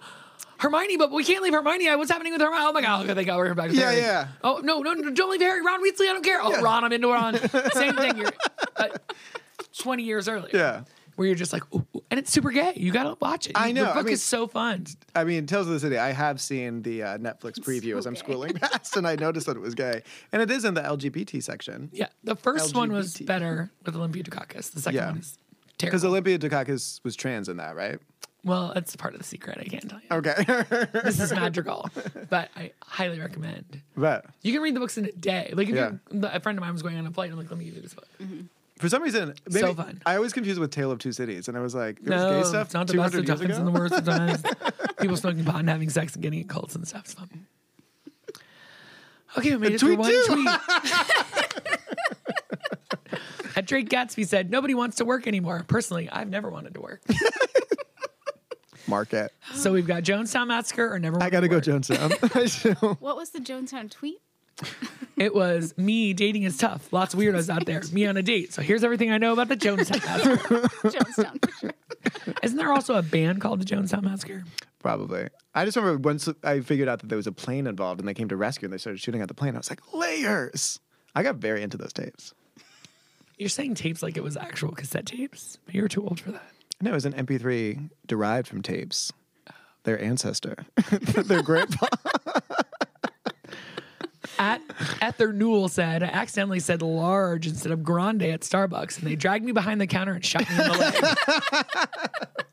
Hermione, but we can't leave Hermione. What's happening with Hermione? Oh my God, okay, they got her back. to Yeah, Harry. yeah. Oh, no, no, no, don't leave Harry. Ron Weasley, I don't care. Oh, Ron, I'm into Ron. Same thing. You're, uh, 20 years earlier. Yeah. Where you're just like, ooh, ooh, and it's super gay. You got to watch it. I know, The I book mean- is so fun. I mean, Tales of the City, I have seen the uh, Netflix preview as I'm gay. schooling past, and I noticed that it was gay. And it is in the LGBT section. Yeah. The first one was LGBT. better with Olympia Dukakis. The second Yeah. one is Because terrible. Olympia Dukakis was trans in that, right? well, that's part of the secret. I can't tell you. Okay. This is Madrigal, but I highly recommend. but You can read the books in a day. Like if Yeah. you're, a friend of mine was going on a flight, I'm like, let me give you this book. For some reason, maybe, So fun. I always confuse it with Tale of Two Cities, and I was like, there No, was gay stuff it's not the best 200 years of times ago. and the worst of times. People smoking pot and having sex and getting in cults and stuff. It's fun. Okay, we made it through tweet one two. tweet. At Drake Gatsby said, "Nobody wants to work anymore." Personally, I've never wanted to work. Market. so we've got Jonestown Massacre or Never. I Wanted gotta to go work. Jonestown. What was the Jonestown tweet? It was me dating is tough. Lots of weirdos out there. Me on a date. So here's everything I know about the Jonestown Massacre. Jonestown for sure. Isn't there also a band called the Jonestown Massacre? Probably. I just remember once I figured out that there was a plane involved and they came to rescue and they started shooting at the plane. I was like, layers. I got very into those tapes. You're saying tapes like it was actual cassette tapes. But You're too old for that. No, it was an MP3 derived from tapes. Their ancestor, their grandpa. At Ether Newell said, I accidentally said large instead of grande at Starbucks, and they dragged me behind the counter and shot me in the leg.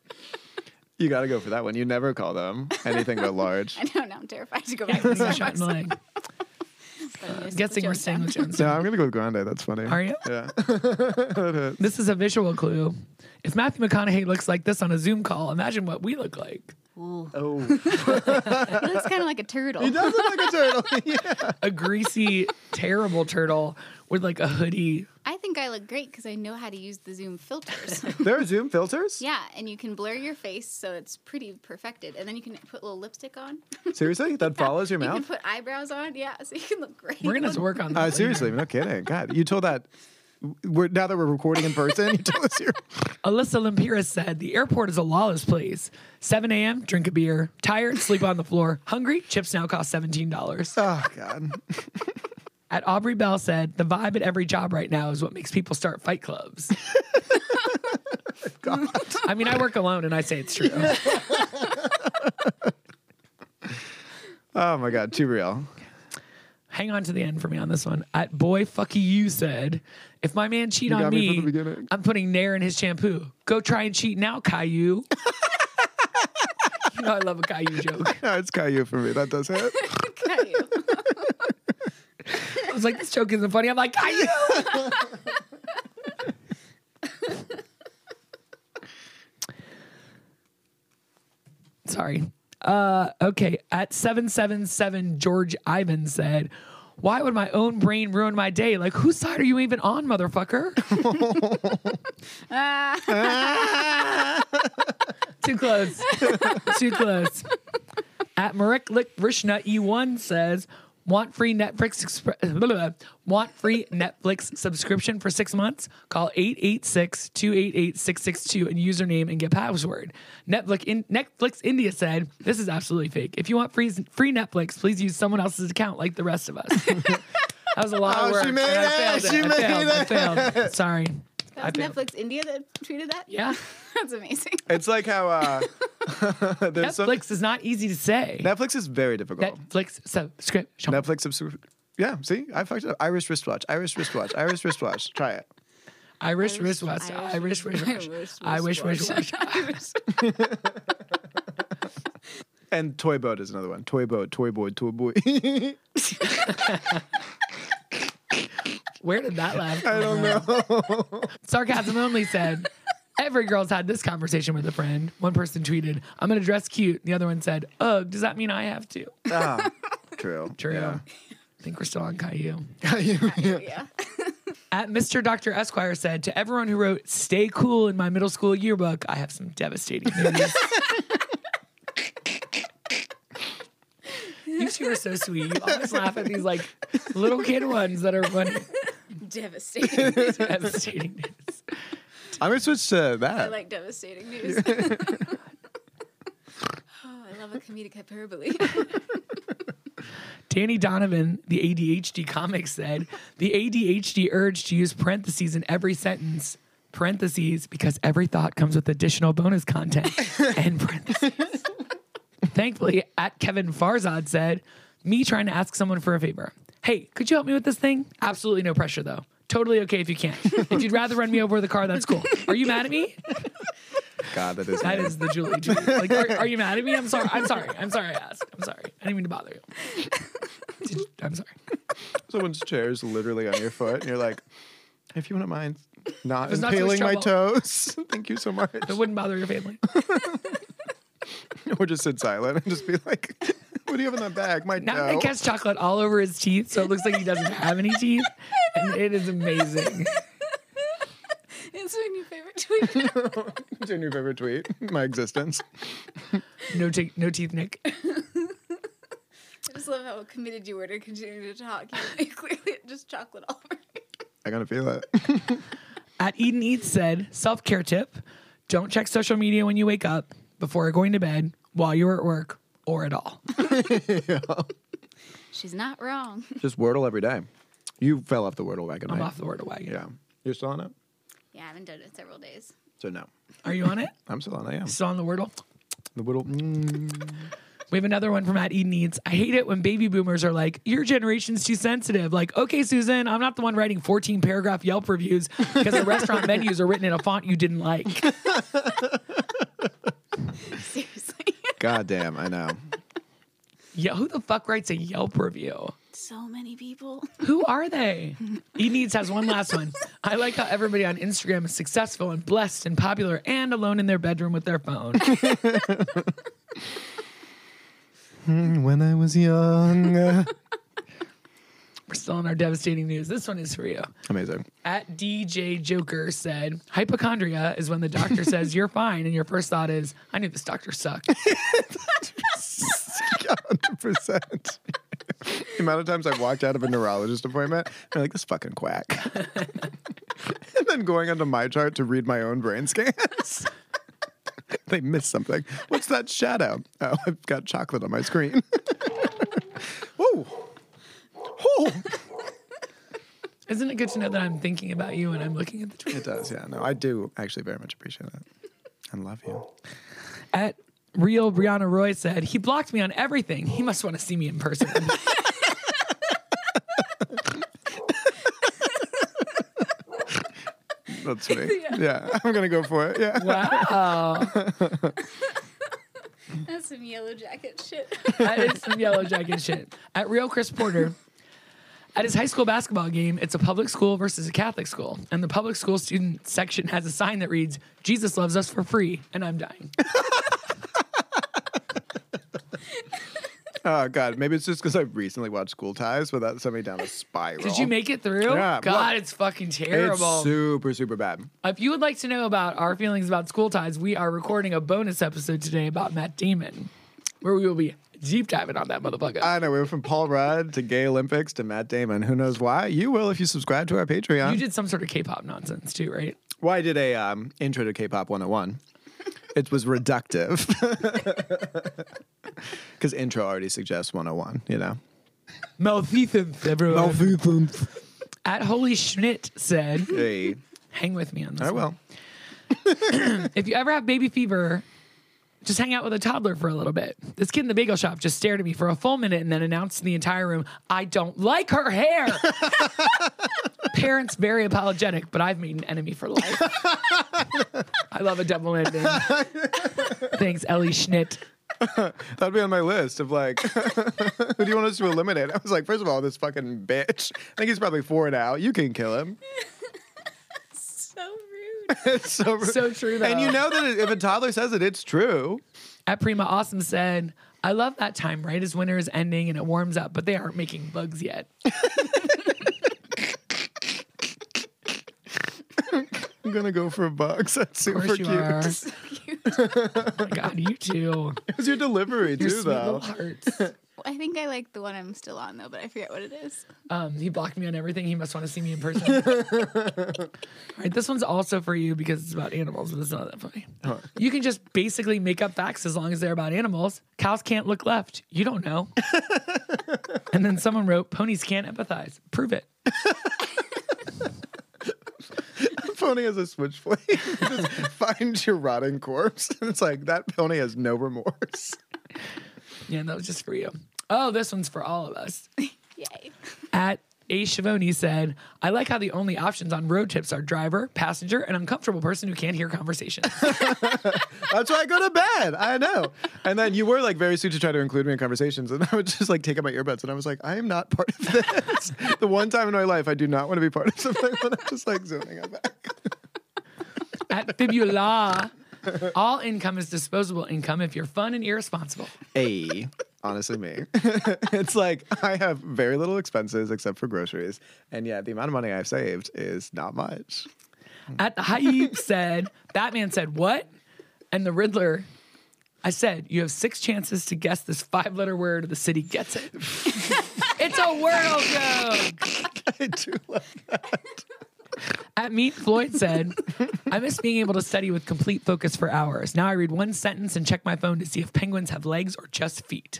You got to go for that one. You never call them anything but large. I know now I'm terrified to go back to Dragged me Starbucks. shot in the leg. but I'm Guessing we're Jonestown. staying with Jones. No, I'm going to go with Grande. That's funny. Are you? Yeah. This is a visual clue. If Matthew McConaughey looks like this on a Zoom call, imagine what we look like. Oh. He looks kind of like a turtle. He does look like a turtle. A greasy, terrible turtle with like a hoodie. I think I look great because I know how to use the Zoom filters. There are Zoom filters? yeah, and you can blur your face so it's pretty perfected, and then you can put a little lipstick on. Seriously? That follows your You can mouth? put eyebrows on. Yeah, so you can look great. We're gonna have to work on that. Uh, later. seriously, no kidding. God, you told that. We're, now that we're recording in person, you told us your. Alyssa Lampiris said, The airport is a lawless place. 7 a.m., drink a beer. Tired, sleep on the floor. Hungry, chips now cost $17. Oh, God. At Aubrey Bell said, The vibe at every job right now is what makes people start fight clubs. I mean, I work alone and I say it's true. Oh, my God. Too real. Hang on to the end for me on this one. At Boy Fucky You said, If my man cheat You on got me me, from the beginning. I'm putting Nair in his shampoo. Go try and cheat now, Caillou. you know, I love a Caillou joke. No, it's Caillou for me. That does hit. Okay. I was like, this joke isn't funny. I'm like, Caillou. Sorry. Uh, okay. At 777, George Ivan said, Why would my own brain ruin my day? Like, whose side are you even on, motherfucker? Too close. Too close. At Mariklik Rishna E1 says, Want free Netflix expre- blah, blah, blah. want free Netflix subscription for six months? Call 886-288-662 and username and get password. Netflix in- Netflix India said, This is absolutely fake. If you want free free Netflix, please use someone else's account like the rest of us. that was a lot Oh, of she work. made and I it. failed She I made failed. I failed. Sorry. I That was failed. Netflix India that tweeted that. Yeah. that's amazing. It's like how uh, there's some- Netflix is not easy to say. Netflix is very difficult. Netflix subscription. Netflix subscription. Yeah, see, I fucked it up. Irish wristwatch, Irish wristwatch, Irish wristwatch. Try it. Irish wristwatch. Irish wristwatch. Irish wristwatch. And toy boat is another one. Toy boat, toy boy, toy boy. Where did that laugh? I don't know. Sarcasm only said. Every girl's had this conversation with a friend. One person tweeted, I'm gonna dress cute. The other one said, Ugh, does that mean I have to? Ah, true. True. Yeah. I think we're still on Caillou. yeah. At Mr. Dr. Esquire said, To everyone who wrote, Stay cool in my middle school yearbook, I have some devastating news. you two are so sweet. You always laugh at these like little kid ones that are funny. Devastating. devastating news. I'm gonna switch to I that. like devastating news. oh, I love a comedic hyperbole. Danny Donovan, the ADHD comic, said the ADHD urge to use parentheses in every sentence. Parentheses, because every thought comes with additional bonus content. and parentheses. Thankfully, at Kevin Farzad said, me trying to ask someone for a favor. Hey, could you help me with this thing? Absolutely no pressure though. Totally okay if you can't. If you'd rather run me over with a car, that's cool. Are you mad at me? God, that is. That is the Julie tweet. Like, are, are you mad at me? I'm sorry. I'm sorry. I'm sorry. I asked. I'm sorry. I didn't mean to bother you. Did you- I'm sorry. Someone's chair is literally on your foot, and you're like, if you wouldn't mind not was not so much impaling my trouble. toes, thank you so much. It wouldn't bother your family. or just sit silent and just be like, what do you have in that bag? My Now toe. it has chocolate all over his teeth, so it looks like he doesn't have any teeth, and it is amazing. it's my new favorite tweet. It's in your favorite tweet, my existence. No, te- no teeth, Nick. just love how committed you were to continuing to talk. You clearly just chocolate all over. I gotta feel it. At Eden Eats said, self care tip don't check social media when you wake up, before going to bed, while you're at work, or at all. She's not wrong. Just Wordle every day. You fell off the Wordle wagon, I'm right? off the word wagon. Yeah. You're still on it? Yeah, I haven't done it several days. So no. Are you on it? I'm still on it, yeah. Still on the Wordle? The Wordle. Mm. We have another one from at Eden Eats. I hate it when baby boomers are like, your generation's too sensitive. Like, okay, Susan, I'm not the one writing 14 paragraph Yelp reviews because the restaurant menus are written in a font you didn't like. Seriously. God damn, I know. Yeah, who the fuck writes a Yelp review? so many people. Who are they? Eden Eats has one last one. I like how everybody on Instagram is successful and blessed and popular and alone in their bedroom with their phone. When I was young. We're still on our devastating news. This one is for you. Amazing. At DJ Joker said, hypochondria is when the doctor says you're fine, and your first thought is, I knew this doctor sucked. 100%. the amount of times I've walked out of a neurologist appointment, I'm like, this fucking quack. and then going onto my chart to read my own brain scans. they missed something. What's that shadow? Oh, I've got chocolate on my screen. Whoa. Oh. Isn't it good to know that I'm thinking about you and I'm looking at the tweet? It does, yeah. No, I do actually very much appreciate that. I love you. At real Brianna Roy said, he blocked me on everything. He must want to see me in person. That's me. Yeah. I'm gonna go for it. Yeah. wow. That's some yellow jacket shit. That is some yellow jacket shit. At real Chris Porter. At his high school basketball game, it's a public school versus a Catholic school. And the public school student section has a sign that reads, Jesus loves us for free, and I'm dying. Oh god, maybe it's just because I recently watched School Ties, but that sent me down a spiral. Did you make it through? Oh. Yeah, God, well, it's fucking It's terrible. super, super bad. if you would like to know about our feelings about school ties, we are recording a bonus episode today about Matt Damon, where we will be deep diving on that motherfucker. I know we went from Paul Rudd to Gay Olympics to Matt Damon. Who knows why? You will if you subscribe to our Patreon. you did some sort of K-pop nonsense too, right? well, I did a um, intro to K-pop 101. it was reductive because intro already suggests 101. You know. Malfeasance, everyone. At Holy Schnitt said, Hey, hang with me on this. I one. will. If you ever have baby fever, just hang out with a toddler for a little bit. This kid in the bagel shop just stared at me for a full minute and then announced to the entire room, I don't like her hair. Parents very apologetic, but I've made an enemy for life. I love a double ending. Thanks, Ellie Schnitt. That'd be on my list of like, who do you want us to eliminate? I was like, first of all, this fucking bitch. I think he's probably four now. You can kill him. so rude. It's so, rude. So true, though. And you know that if a toddler says it, it's true. At Prima Awesome said, I love that time right as winter is ending and it warms up, but they aren't making bugs yet. I'm gonna go for bucks. That's Of super course cute. you are. It So cute. Oh my God, you too. was your delivery Your too, sweet though. little hearts. I think I like the one I'm still on though, but I forget what it is. Um, he blocked me on everything. He must want to see me in person. All right, this one's also for you because it's about animals, but it's not that funny. You can just basically make up facts as long as they're about animals. Cows can't look left. You don't know. and then someone wrote, ponies can't empathize. Prove it. Pony has a switchblade. Just finds your rotting corpse, and it's like that pony has no remorse. Yeah, that was just for you. Oh, this one's for all of us. Yay. At A. Shavoni said, I like how the only options on road trips are driver, passenger, and uncomfortable person who can't hear conversation. That's why I go to bed. I know. And then you were like very sweet to try to include me in conversations, and I would just like take out my earbuds, and I was like, I am not part of this. the one time in my life I do not want to be part of something, but I'm just like zoning out back. At Fibula, all income is disposable income if you're fun and irresponsible. A. Honestly, me. it's like I have very little expenses except for groceries, and yet the amount of money I've saved is not much. At the hype said, Batman said, What? And the Riddler I said, you have six chances to guess this five letter word, or the city gets it. it's a world joke. I do love At Meet Floyd said, I miss being able to study with complete focus for hours. Now I read one sentence and check my phone to see if penguins have legs or just feet,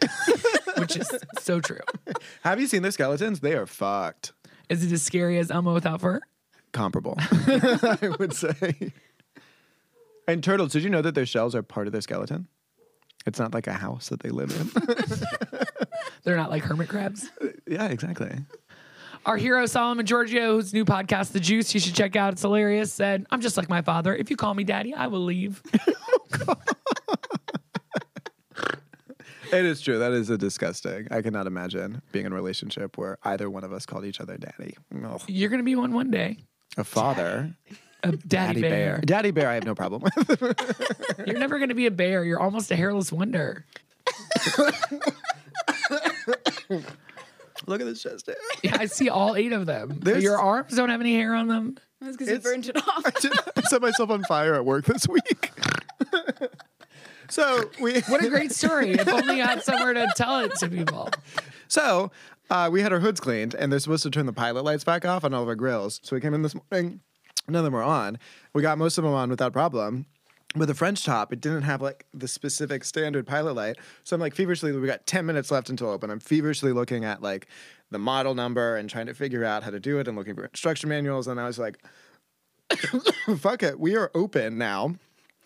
which is so true. Have you seen their skeletons? They are fucked. Is it as scary as Elmo without fur? Comparable, I would say. And turtles, did you know that their shells are part of their skeleton? It's not like a house that they live in. They're not like hermit crabs. yeah, exactly. Our hero Solomon Giorgio, whose new podcast, The Juice, you should check out. It's hilarious. Said, "I'm just like my father. If you call me daddy, I will leave." It is true. That is a disgusting. I cannot imagine being in a relationship where either one of us called each other daddy. Ugh. You're gonna be one one day, A father. a daddy, bear. Daddy bear, I have no problem with. You're never gonna be a bear. You're almost a hairless wonder. Look at this chest hair. Yeah, I see all eight of them. There's- Your arms don't have any hair on them. That's because you It's- burned it off. I set myself on fire at work this week. so we What a great story! if only you had somewhere to tell it to people. so uh, we had our hoods cleaned, and they're supposed to turn the pilot lights back off on all of our grills. So we came in this morning. None of them were on. We got most of them on without problem. With a French top, it didn't have like the specific standard pilot light. So I'm like feverishly, we got 10 minutes left until open. I'm feverishly looking at like the model number and trying to figure out how to do it and looking for instruction manuals. And I was like, fuck it, we are open now.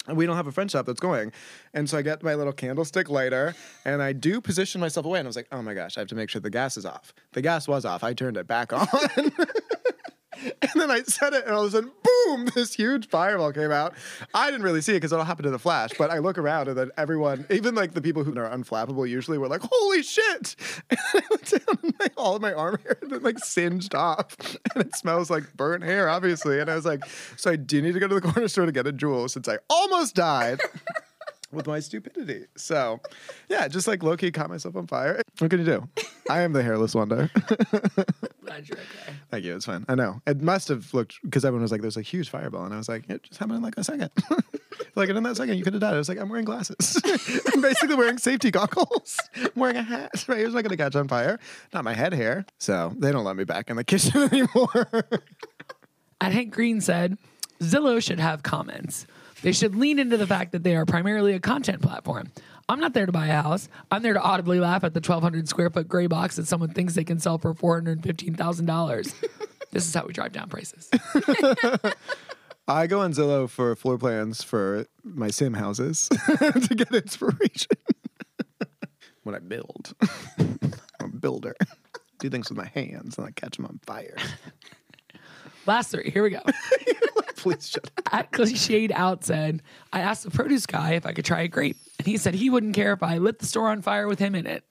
And we don't have a French shop that's going. And so I get my little candlestick lighter and I do position myself away. And I was like, oh my gosh, I have to make sure the gas is off. The gas was off. I turned it back on. and then I set it, and all of a sudden, boom, this huge fireball came out. I didn't really see it because it all happened in the flash. But I look around, and then everyone, even like the people who are unflappable usually, were like, holy shit. And I looked down, and my, all of my arm hair had been like singed off. And it smells like burnt hair, obviously. And I was like, so I do need to go to the corner store to get a jewel since I almost died with my stupidity. So, yeah, just like low key caught myself on fire. What can you do? I am the hairless wonder. Glad you're okay. Thank you. It's fine. I know. It must have looked because everyone was like, "There's a huge fireball," and I was like, "It just happened in like a second. like and in that second, you could have died." I was like, "I'm wearing glasses. I'm basically wearing safety goggles. I'm wearing a hat. My hair's not going to catch on fire. Not my head hair. So they don't let me back in the kitchen anymore." At Hank Green said, Zillow should have comments. They should lean into the fact that they are primarily a content platform. I'm not there to buy a house. I'm there to audibly laugh at the 1,200 square foot gray box that someone thinks they can sell for $415,000. this is how we drive down prices. I go on Zillow for floor plans for my sim houses to get inspiration. when I build, I'm a builder. Do things with my hands and I catch them on fire. Last three, here we go. Please shut up. At Cliched Out said, I asked the produce guy if I could try a grape, and he said he wouldn't care if I lit the store on fire with him in it.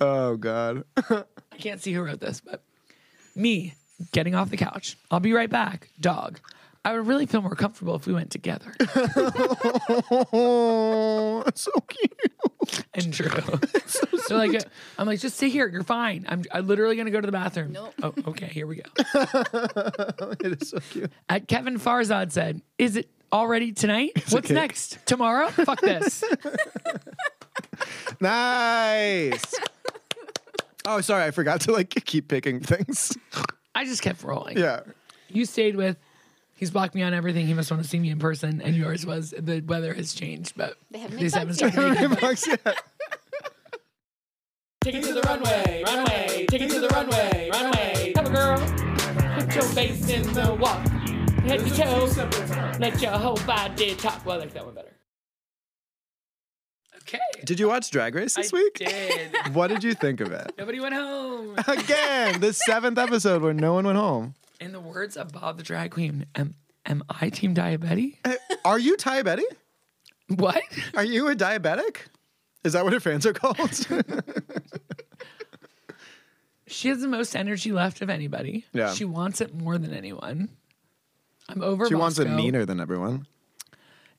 Oh God. I can't see who wrote this, but me getting off the couch. I'll be right back. Dog. I would really feel more comfortable if we went together. Oh, so cute. And true. so like, I'm like, just stay here. You're fine. I'm, I'm literally gonna go to the bathroom. Nope. Oh, okay. Here we go. It is so cute. At Kevin Farzad said, "Is it already tonight? What's okay. next? Tomorrow? Fuck this." Nice. Oh, sorry, I forgot to like keep picking things. I just kept rolling. Yeah. You stayed with. He's blocked me on everything. He must want to see me in person. And yours was the weather has changed, but They haven't they made haven't bugs started. yet. making- Bucks, yeah. Take it to the runway, runway. Take it to the runway, runway. Have a girl. Put your face in the water. Head to toe. Let your whole body talk. Well, I like that one better. Okay. Did you watch Drag Race this I week? did. What did you think of it? Nobody went home. Again, the seventh episode where no one went home. In the words of Bob the drag queen, am am I team diabetic? Eh, Are you diabetic? What? Are you a diabetic? Is that what her fans are called? She has the most energy left of anybody. Yeah. She wants it more than anyone. I'm over. she wants it Bosco. meaner than everyone.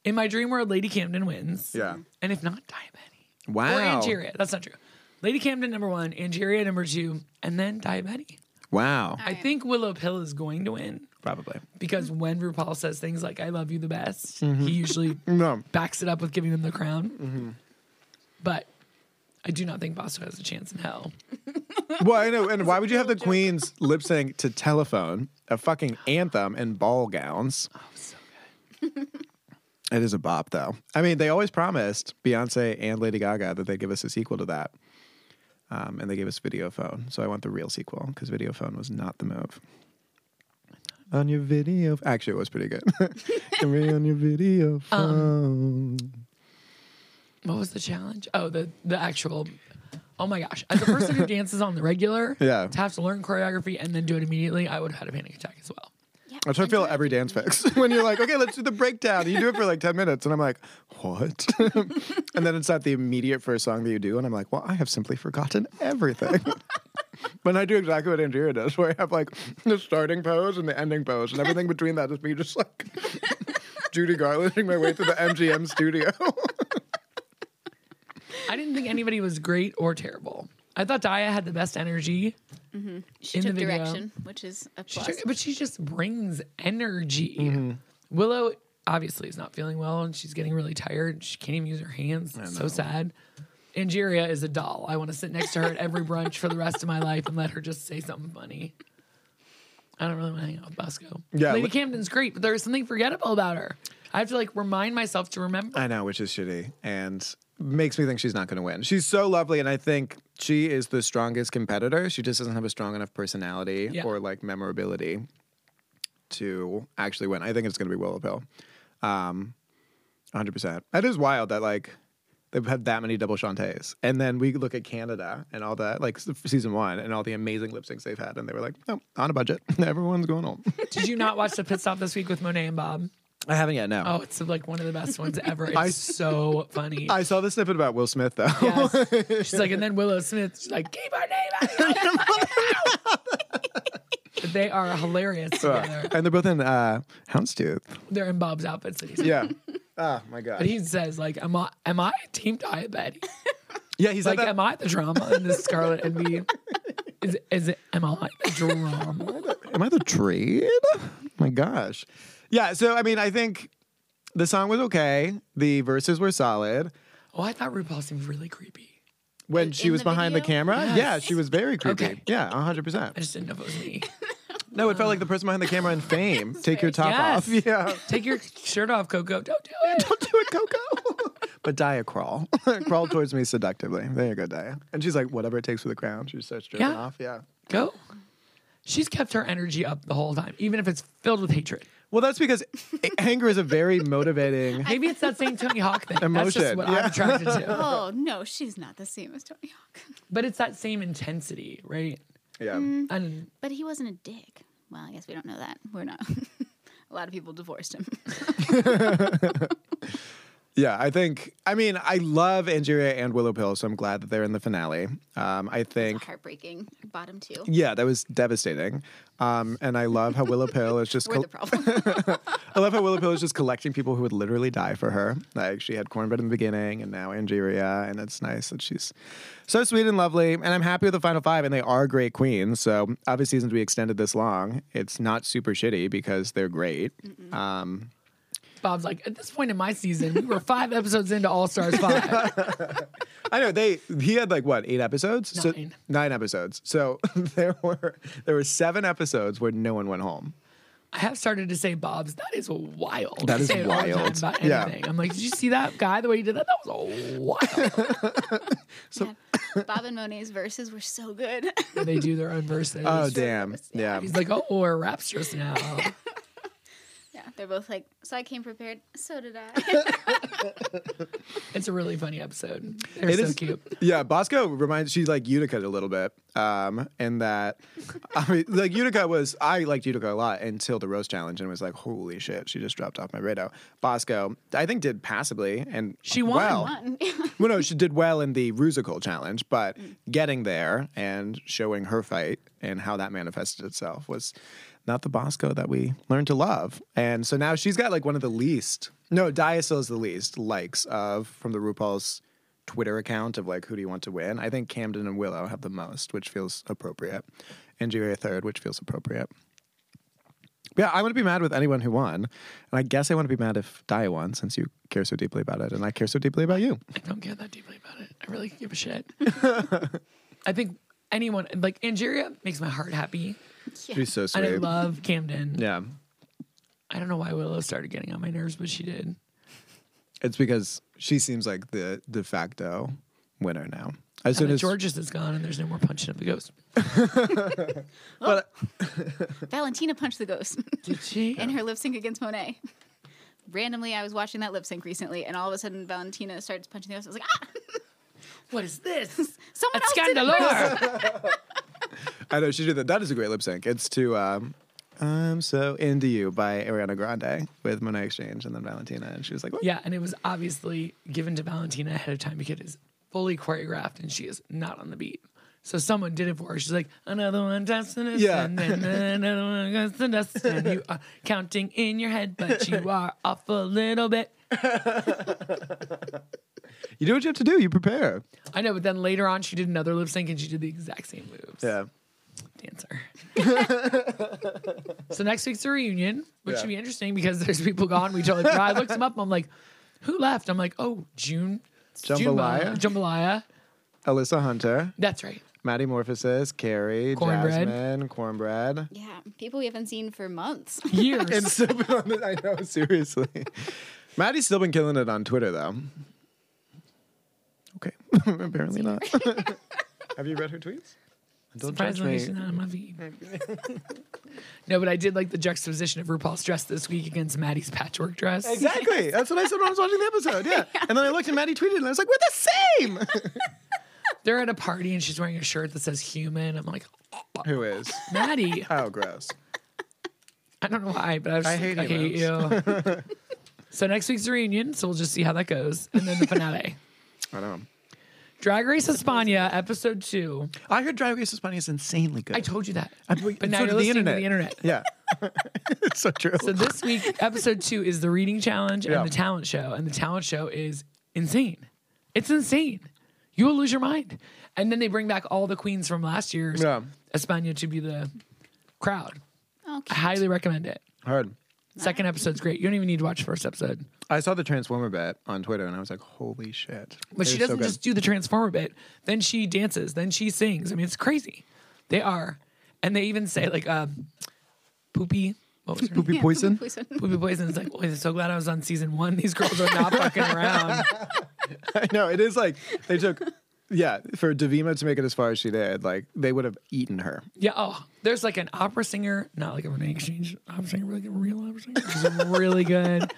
In my dream world, Lady Camden wins. And if not, diabetic. Or Wow. Angeria. That's not true. Lady Camden number one, Angeria number two, and then Diabetti. Wow. I think Willow Pill is going to win Probably. because when RuPaul says things like "I love you the best," he usually Mm-hmm. No. Mm-hmm. backs it up with giving them the crown. But I do not think Bosco has a chance in hell. Well, I know. And why would you have the Queen's lip sync to Telephone, a fucking anthem, in ball gowns? Oh, so good. it is a bop, though. I mean, they always promised Beyonce and Lady Gaga that they'd give us a sequel to that. Um, and they gave us Videophone. So I want the real sequel because Videophone was not the move. On your video. Actually, it was pretty good. Can we on your video phone. What was the challenge? Oh, the the actual. Oh my gosh! As a person who dances on the regular, Yeah. to have to learn choreography and then do it immediately, I would have had a panic attack as well. That's how I feel every dance fix. when you're like, okay, let's do the breakdown. You do it for like 10 minutes. And I'm like, what? and then it's not the immediate first song that you do. And I'm like, well, I have simply forgotten everything. but I do exactly what Andrea does, where I have like the starting pose and the ending pose. And everything between that is me just like Judy Garlanding my way through the MGM studio. I didn't think anybody was great or terrible. I thought Daya had the best energy. Mm-hmm. She in the took video. direction, which is a She plus. took- but she just brings energy. Willow obviously is not feeling well and she's getting really tired. She can't even use her hands. It's so sad. Angeria is a doll. I want to sit next to her at every brunch for the rest of my life and let her just say something funny. I don't really want to hang out with Bosco. Yeah, Lady li- Camden's great, but there's something forgettable about her. I have to like remind myself to remember. I know, which is shitty and makes me think she's not going to win. She's so lovely, and I think she is the strongest competitor. She just doesn't have a strong enough personality Yeah. or like memorability to actually win. I think it's going to be Willow Pill. Um, 100%. That is wild that like they've had that many double chantés. And then we look at Canada and all that, like s- season one and all the amazing lip syncs they've had. And they were like, no, on a budget. Everyone's going home. Did you not watch the pit stop this week with Monet and Bob? I haven't yet, no. Oh, it's like one of the best ones ever. It's I- so funny. I saw the snippet about Will Smith, though. Yes. She's like, and then Willow Smith, she's like, keep her name out. of your mouth." they are hilarious together. and they're both in uh, Houndstooth. They're in Bob's outfits. And he's Yeah. oh my god. But he says, like, am I am I team diabetic? yeah, he's Like, like, am I the drama in this Scarlet Envy? Is is it am I the drama? am I the trade? my gosh. Yeah. So I mean, I think the song was okay. The verses were solid. Oh, I thought RuPaul seemed really creepy. When In- she in was the behind the video? camera, yeah, she was very creepy. Okay. Yeah, one hundred I percent. just didn't know if it was me. No, it felt like the person behind the camera in Fame. Take your top off. Yes. Yeah. Take your shirt off, Coco. Don't do it. Don't do it, Coco. but Daya crawl, crawl towards me seductively. There you go, Daya. And she's like, whatever it takes for the crown. She starts stripping Yeah. off. Yeah. Go. She's kept her energy up the whole time, even if it's filled with hatred. Well, that's because a- anger is a very motivating. Maybe it's that same Tony Hawk thing. That's just Emotion, what yeah. I'm attracted to. oh no, she's not the same as Tony Hawk. But it's that same intensity, right? Yeah. Mm. And But he wasn't a dick. Well, I guess we don't know that. We're not. a lot of people divorced him. Yeah, I think. I mean, I love Angeria and Willow Pill, so I'm glad that they're in the finale. Um, I think. Heartbreaking. Bottom two. Yeah, that was devastating, um, and I love how Willow Pill is just. We're the col- problem. I love how Willow Pill is just collecting people who would literally die for her. Like she had cornbread in the beginning, and now Angeria, and it's nice that she's so sweet and lovely. And I'm happy with the final five, and they are great queens. So obviously, since we extended this long, it's not super shitty because they're great. Um, Bob's like, at this point in my season, we were five episodes into All Stars 5. I know they. He had like what eight episodes? So, Nine. nine episodes. So there were there were seven episodes where no one went home. I have started to say Bob's. That is wild. That I is say it all the time wild. About Yeah. anything. I'm like, did you see that guy, the way he did that? That was wild. Yeah. Bob and Monet's verses were so good. they do their own verses. Oh damn! Yeah. He's like, oh, we're rapsters now. yeah, they're both like, so I came prepared. So did I. It's a really funny episode. They're It so is- cute. Yeah, Bosco reminds she's like Utica a little bit, um, and that I mean, like Utica was I liked Utica a lot until the roast challenge and was like, holy shit, she just dropped off my radar. Bosco, I think, did passably and She won. well. One. well, no, she did well in the Rusical challenge, but getting there and showing her fight and how that manifested itself was not the Bosco that we learned to love. And so now she's got like one of the least, no, Dia still is the least likes of from the RuPaul's Twitter account of like, who do you want to win? I think Camden and Willow have the most, which feels appropriate. and January 3rd, which feels appropriate. Yeah, I want to be mad with anyone who won. And I guess I want to be mad if Dia won since you care so deeply about it and I care so deeply about you. I don't care that deeply about it. I really give a shit. I think anyone like Angeria makes my heart happy, She's so and sweet. I love Camden. yeah. I don't know why Willow started getting on my nerves, but she did. It's because she seems like the de facto winner now. As So soon and the as Georges is gone, and there's no more punching up the ghost. but Valentina punched the ghost Did she? in her lip sync against Monet. Randomly, I was watching that lip sync recently, and all of a sudden, Valentina starts punching the ghost. I was like, ah, what is this? someone A else did it. scandalor. I know she did that. That is a great lip sync. It's to um, "I'm So Into You" by Ariana Grande with Monet Exchange and then Valentina, and she was like, "What?" yeah, and it was obviously given to Valentina ahead of time because it's fully choreographed, and she is not on the beat. So someone did it for her. She's like, another one dust in the Yeah. sun, and then another one goes to dust, and you are counting in your head, but you are off a little bit. You do what you have to do. You prepare." I know, but then later on, she did another lip sync and she did the exact same moves. Yeah, Dancer. so next week's the reunion, which Yeah. should be interesting because there's people gone. We totally forgot. I looked them up. I'm like, who left? I'm like, oh, June. Jambalaya. Junebug, Jambalaya. Alyssa Hunter, That's right. Maddie Morphosis, Carrie, Cornbread. Jasmine, Cornbread. Yeah, people we haven't seen for months. Years. It's still been on the- I know, seriously. Maddie's still been killing it on Twitter, though. Okay, apparently not. have you read her tweets? Don't judge Surprisingly, she's me. not on my feed. no, but I did like the juxtaposition of RuPaul's dress this week against Maddie's patchwork dress. Exactly. That's what I said when I was watching the episode. Yeah. And then I looked and Maddie tweeted and I was like, we're the same. They're at a party and she's wearing a shirt that says human. I'm like, "Oh, Who is? Maddie. Oh, gross. I don't know why, but I was just I like, I hate hate you. so next week's the reunion, so we'll just see how that goes, and then the finale. I know. Drag Race España, episode two. I heard Drag Race España is insanely good. I told you that, I- we- but now so you're did listening to the internet. Yeah. it's so true. So this week, episode two is the reading challenge Yeah. and the talent show, and the talent show is insane. It's insane. You will lose your mind. And then they bring back all the queens from last year's Yeah. España to be the crowd. I Okay. highly recommend it. Hard. Second episode's great. You don't even need to watch the first episode. I saw the Transformer bit on Twitter and I was like, holy shit. But she It is so doesn't good. just do the Transformer bit. Then she dances. Then she sings. I mean, it's crazy. They are, and they even say like, um, "Poopy, what was her name? Poopy Poison? Poison. Poopy Poison." It's like, boy, I'm so glad I was on season one. These girls are not fucking around. I know. It is like they took, yeah, for Davima to make it as far as she did, like they would have eaten her. Yeah. Oh, there's like an opera singer, not like a Renee Exchange opera singer, but like a real opera singer. She's really good.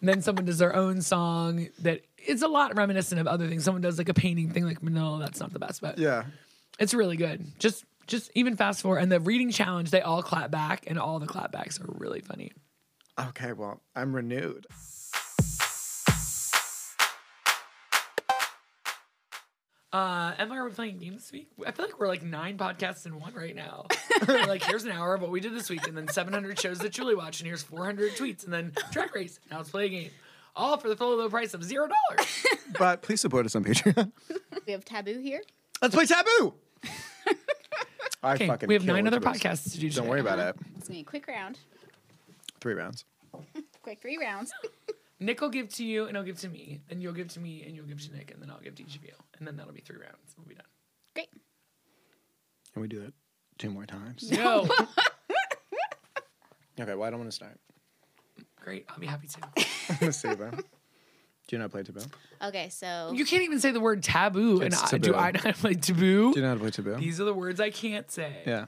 And then someone does their own song that it's a lot reminiscent of other things. Someone does like a painting thing, like no, that's not the best, but Yeah. It's really good. Just just even fast forward and the reading challenge, they all clap back and all the clapbacks are really funny. Okay, well, I'm renewed. Uh, Emma, are we playing games this week? I feel like we're like nine podcasts in one right now. We're like, here's an hour of what we did this week, and then 700 shows that Julie watched, and here's 400 tweets, and then track race. Now let's play a game. All for the full low price of zero dollars. But please support us on Patreon. We have Taboo here. Let's play Taboo. I Okay, fucking we have kill nine with other this. podcasts to do today. Don't worry about it. It's gonna be a quick round, Three rounds. quick three rounds. Nick will give to you, and I'll give to me. Then you'll give to me, and you'll give to Nick, and then I'll give to each of you. And then that'll be three rounds. We'll be done. Great. Can we do that two more times? No. Okay, well, I don't want to start. Great. I'll be happy to. Let's see, though. Do you not play Taboo? Do Okay, so You can't even say the word taboo, and It's I, do taboo. I not play taboo? you know how to play Taboo? These are the words I can't say. yeah.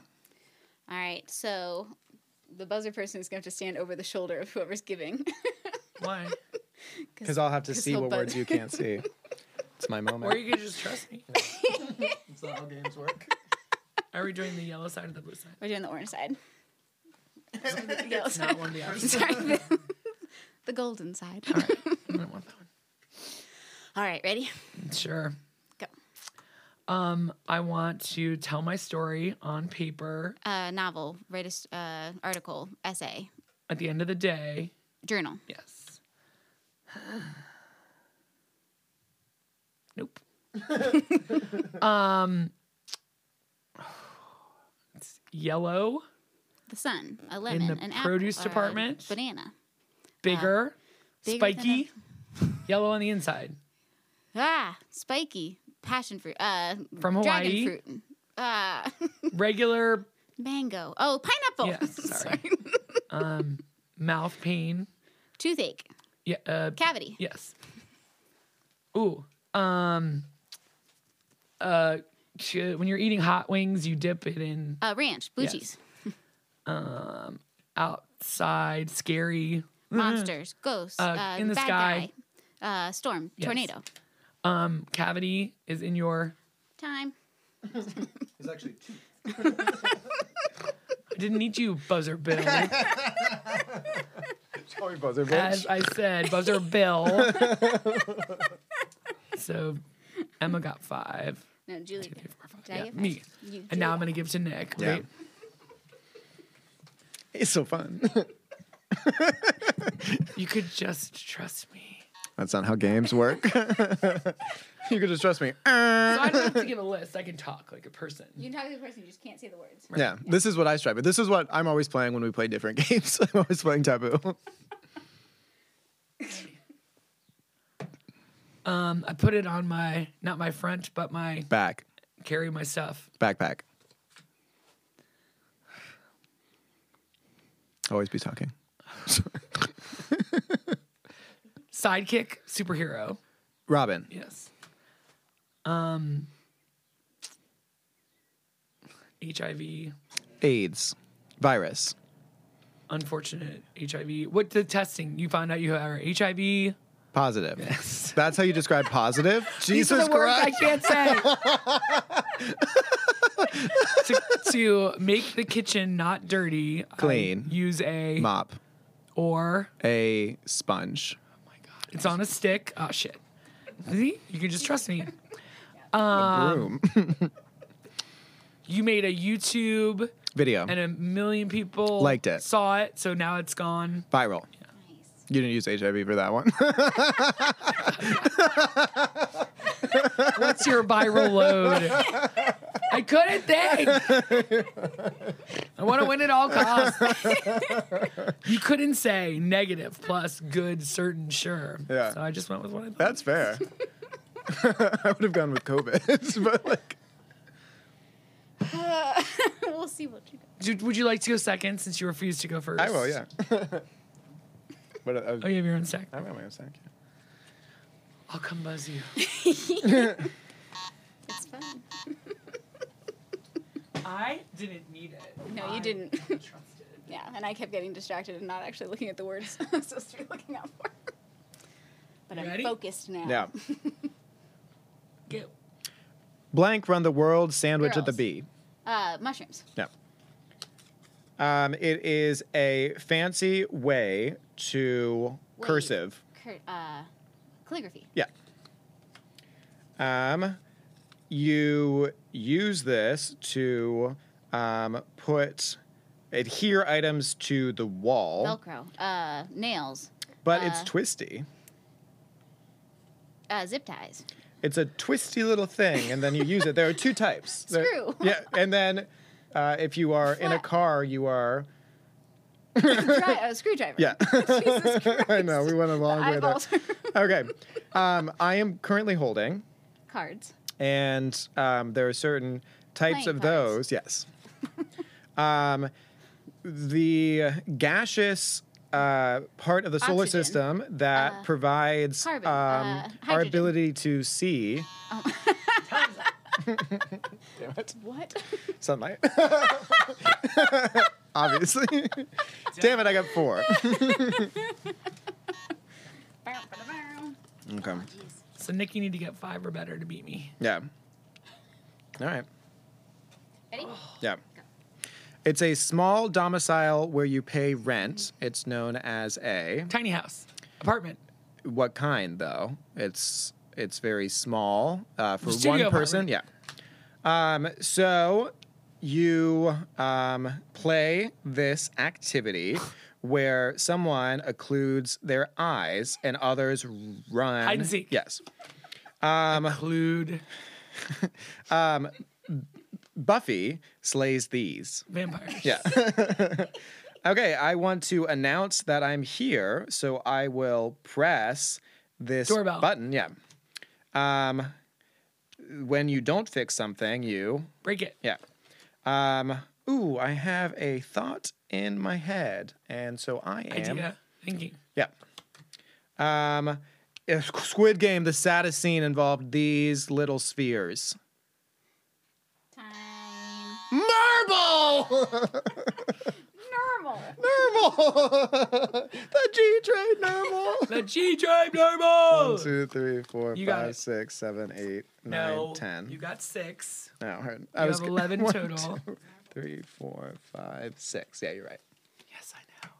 all right, so the buzzer person is going to have to stand over the shoulder of whoever's giving. Why? Because I'll have to 'Cause see he'll what buzz. words you can't see. It's my moment. Or you could just trust me. Is that how games work? Are we doing the yellow side or the blue side? We're doing the orange side. It's not one of the options. Sorry, the, the golden side. All right. I don't want that one. All right, ready? Sure. Go. Um, I want to tell my story on paper Uh, novel, write a s- uh, article, essay, at the end of the day. journal. Yes. nope. um, let's see. yellow, The sun, a lemon, an apple, produce or a department? banana. bigger, bigger than spiky, yellow on the inside. Ah, spiky passion fruit. Uh, From Hawaii? Dragon fruit. Ah, Regular mango. Oh, pineapple. Yeah, sorry. um, mouth pain. Toothache. Yeah. Uh, Cavity. yes. Ooh. Um. Uh, sh- when you're eating hot wings, you dip it in Uh, ranch. Blue Yes. Mm-hmm. cheese. outside. Scary. Monsters. Ghosts. Uh, in the bad sky. Guy, uh, storm. Yes. Tornado. Um, cavity is in your. Time. It's actually two. I didn't need you, buzzer bill. Sorry, buzzer As bitch. I said, buzzer bill. so, Emma got five. No, Julie. Three, four, five. Did I Yeah, get five? me. You- And now Julie. I'm gonna give to Nick. Yeah. Right? It's so fun. You could just trust me. That's not how games work. you could just trust me. So I don't have to give a list. I can talk like a person. You can talk to the person, you just can't say the words. Yeah, this is what I strive. But this is what I'm always playing when we play different games. I'm always playing Taboo. Um, I put it on my not my front, but my Back, carry my stuff. backpack. Always be talking. Sidekick superhero. Robin, Yes. Um. HIV, AIDS, virus. unfortunate HIV. What the testing? You found out you are HIV. Positive. That's how you describe positive? These are Jesus the words I Christ. can't say. to, to make the kitchen not dirty, I Clean. use a Mop. or A sponge. it's on a stick. Oh shit! See, you can just trust me. Um, A broom. You made a YouTube, Video. and a million people Liked it. saw it. So now it's gone. Viral. You didn't use HIV for that one. What's your viral load? I couldn't think. I want to win at all costs. you couldn't say negative plus good, certain, sure. Yeah. So I just went with what I thought. That's fair. I would have gone with COVID, but like we'll see what you got. Dude, would you like to go second since you refused to go first? I will, yeah. but uh, I was, Oh, you have your own second. I'm my own sack. I'll come buzz you. It's fine. I didn't need it. No, you didn't. Trust it. yeah, and I kept getting distracted and not actually looking at the words I'm supposed to be looking out for. But You I'm ready? focused now. Yeah. Get Blank run the world sandwich at the Girls. B. Uh, mushrooms. Yeah. Um, it is a fancy way to Wave. cursive. Cur- uh, calligraphy. Yeah. Um, you use this to um, put adhere items to the wall, Velcro. Uh, nails. but it's uh, twisty. Uh, zip ties. It's a twisty little thing, and then you use it. There are two types. There- Screw. yeah, and then uh, if you are in a Flat. car, you are. Dri- uh, screwdriver. Yeah. I know, we went a long way there. Eyeballs. Okay. Um, I am currently holding, Cards. and um, there are certain types Playing of cards. those. Yes. um, the gaseous. Uh, part of the solar Oxygen. Uh, system that provides carbon, um, uh, our hydrogen. Oh. ability to see What? sunlight. Obviously. Damn it, I got four. okay. so Nick, you need to get five or better to beat me. Yeah. All right. Ready? Yeah. It's a small domicile where you pay rent. It's known as a Tiny house, apartment. what kind though? It's it's very small uh, for one Studio person. apartment. Yeah. Um, so you um, play this activity where someone occludes their eyes and others run. Hide and seek. Yes. Include Buffy slays these. Vampires. Yeah. okay, I want to announce that I'm here, so I will press this Doorbell. button. Yeah. Um, when you don't fix something, you Break it. yeah. Um, ooh, I have a thought in my head, and so I am. Idea. Thinking. Yeah. Um, if Squid Game, the saddest scene involved these little spheres. Time. Marble! Normal. Normal! the G train normal! The G drive normal. One, two, three, four, You got five, it. six, seven, eight, nine, no. ten. You got six. No, I heard- I You was have eleven one, total. two, three, four, five, six. Yeah, you're right. Yes, I know.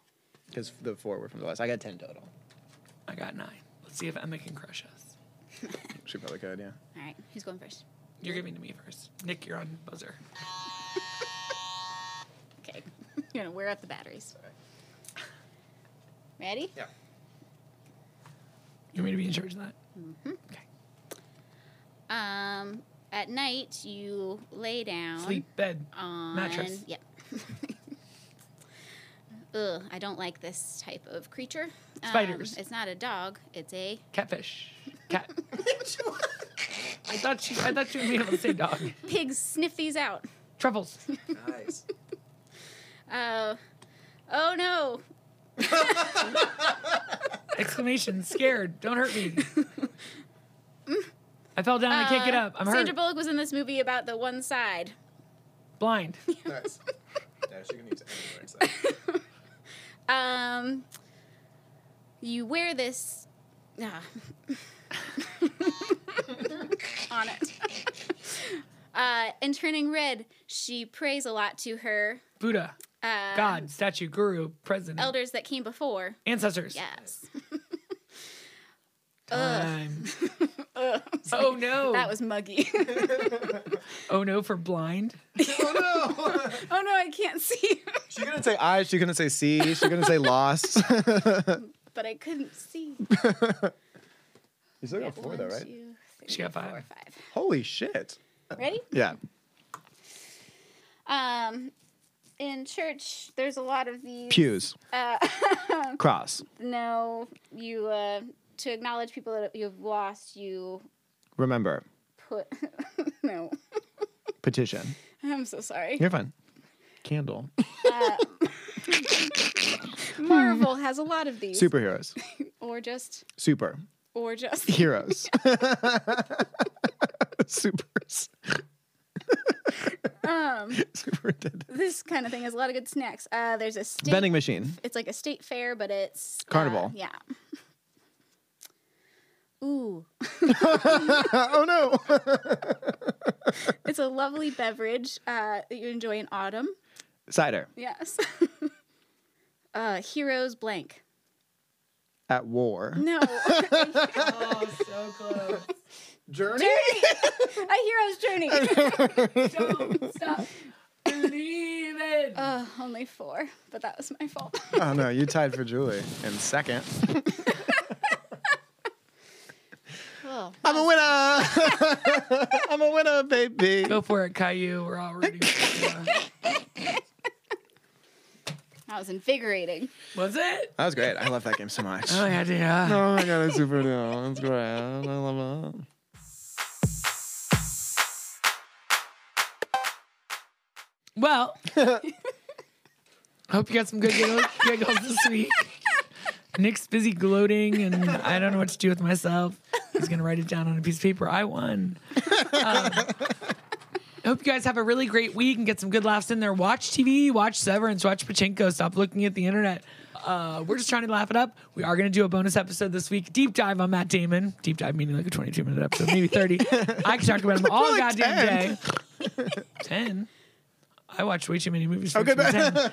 Because the four were from the last. I got ten total. I got nine. Let's see if Emma can crush us. She probably could, yeah. All right, who's going first? You're giving to me first. Nick, you're on buzzer. Okay, you're gonna wear out the batteries. Ready? Yeah. You want me to be in charge of that? Okay. Um, at night you lay down Sleep, bed, on mattress. Yep. Ugh, I don't like this type of creature. Um, Spiders. it's not a dog. It's a Catfish. Cat. I thought she. I thought you would be able to say dog. pigs. Sniff these out. Truffles. Nice. Uh, oh no! Exclamation. Scared. Don't hurt me. I fell down. I can't get Uh, up. I'm Sandra hurt. Bullock was in this movie about the one side. Blind. nice. Yeah, she can use any words. Um, you wear this ah. on it. Uh, and turning red, she prays a lot to her Buddha. uh, God. Statue. Guru. President. elders that came before. Ancestors. Yes, Time. oh no. that was muggy. oh no for blind. oh no! oh no, I can't see, She couldn't say I, she couldn't say C, she couldn't say lost. but I couldn't see. You still got four One, though, right? two, three, She got four, five. five. Holy shit. Ready? Yeah. Um, in church, there's a lot of these. uh, Pews. Cross. No, you uh, to acknowledge people that you have lost, you Remember. put no. Petition. I'm so sorry. You're fine. Candle. Marvel has a lot of these, Superheroes. or just Super. or just Heroes. Supers. um Superintendent. this kind of thing has a lot of good snacks. Uh, there's a state. Vending machine. It's like a state fair, but it's uh, Carnival. yeah. Ooh, oh no. it's a lovely beverage uh, that you enjoy in autumn. Cider. Yes. uh, heroes blank. At war. No, Oh, so close. Journey? a hero's journey. Don't stop believing. Uh, only four, but that was my fault. Oh no, you tied for Julie in second. oh. I'm a winner. I'm a winner, baby. Go for it, Caillou. We're all rooting. for you. That was invigorating. Was it? That was great. I love that game so much. Oh yeah, yeah. Oh my god, it's super dope. It's great. I love it. Well, hope you got some good giggles, giggles this week. Nick's busy gloating, and I don't know what to do with myself. He's gonna write it down on a piece of paper. I won. Um, I hope you guys have a really great week and get some good laughs in there. Watch TV, watch Severance, watch Pachinko. Stop looking at the internet. Uh, we're just trying to laugh it up. We are going to do a bonus episode this week, deep dive on Matt Damon. Deep dive meaning like a 22 minute episode, maybe 30. I could talk about him all Like goddamn 10. day. 10. I watched way too many movies. For Okay, it to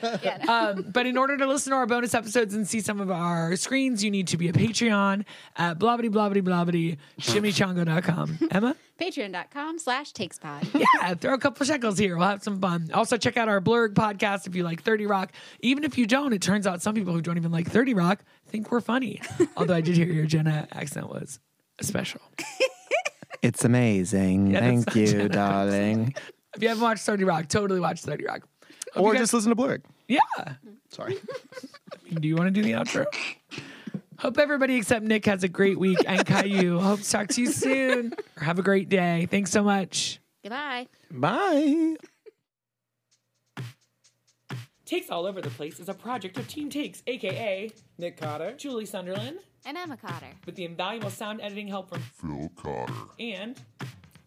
be 10. Yeah, no. um, but in order to listen to our bonus episodes and see some of our screens, you need to be a Patreon at blobbity blobbity blobbity shimmychongo.com. Emma? Patreon.com slash takespod. Yeah, throw a couple shekels here. We'll have some fun. Also, check out our Blurg podcast if you like 30 Rock. Even if you don't, it turns out some people who don't even like 30 Rock think we're funny. Although I did hear your Jenna accent was special. It's amazing. Yeah, that's Thank you, darling. If you haven't watched 30 Rock, totally watch 30 Rock. Hope or you guys- just listen to Blurg. yeah. Sorry. Do you want to do the outro? Hope everybody except Nick has a great week and Caillou. Hope to talk to you soon. Or have a great day. Thanks so much. Goodbye. Bye. Takes All Over the Place is a project of Team Takes, aka Nick Cotter. Julie Sunderland, And I'm a cotter. with the invaluable sound editing help from Phil Cotter. and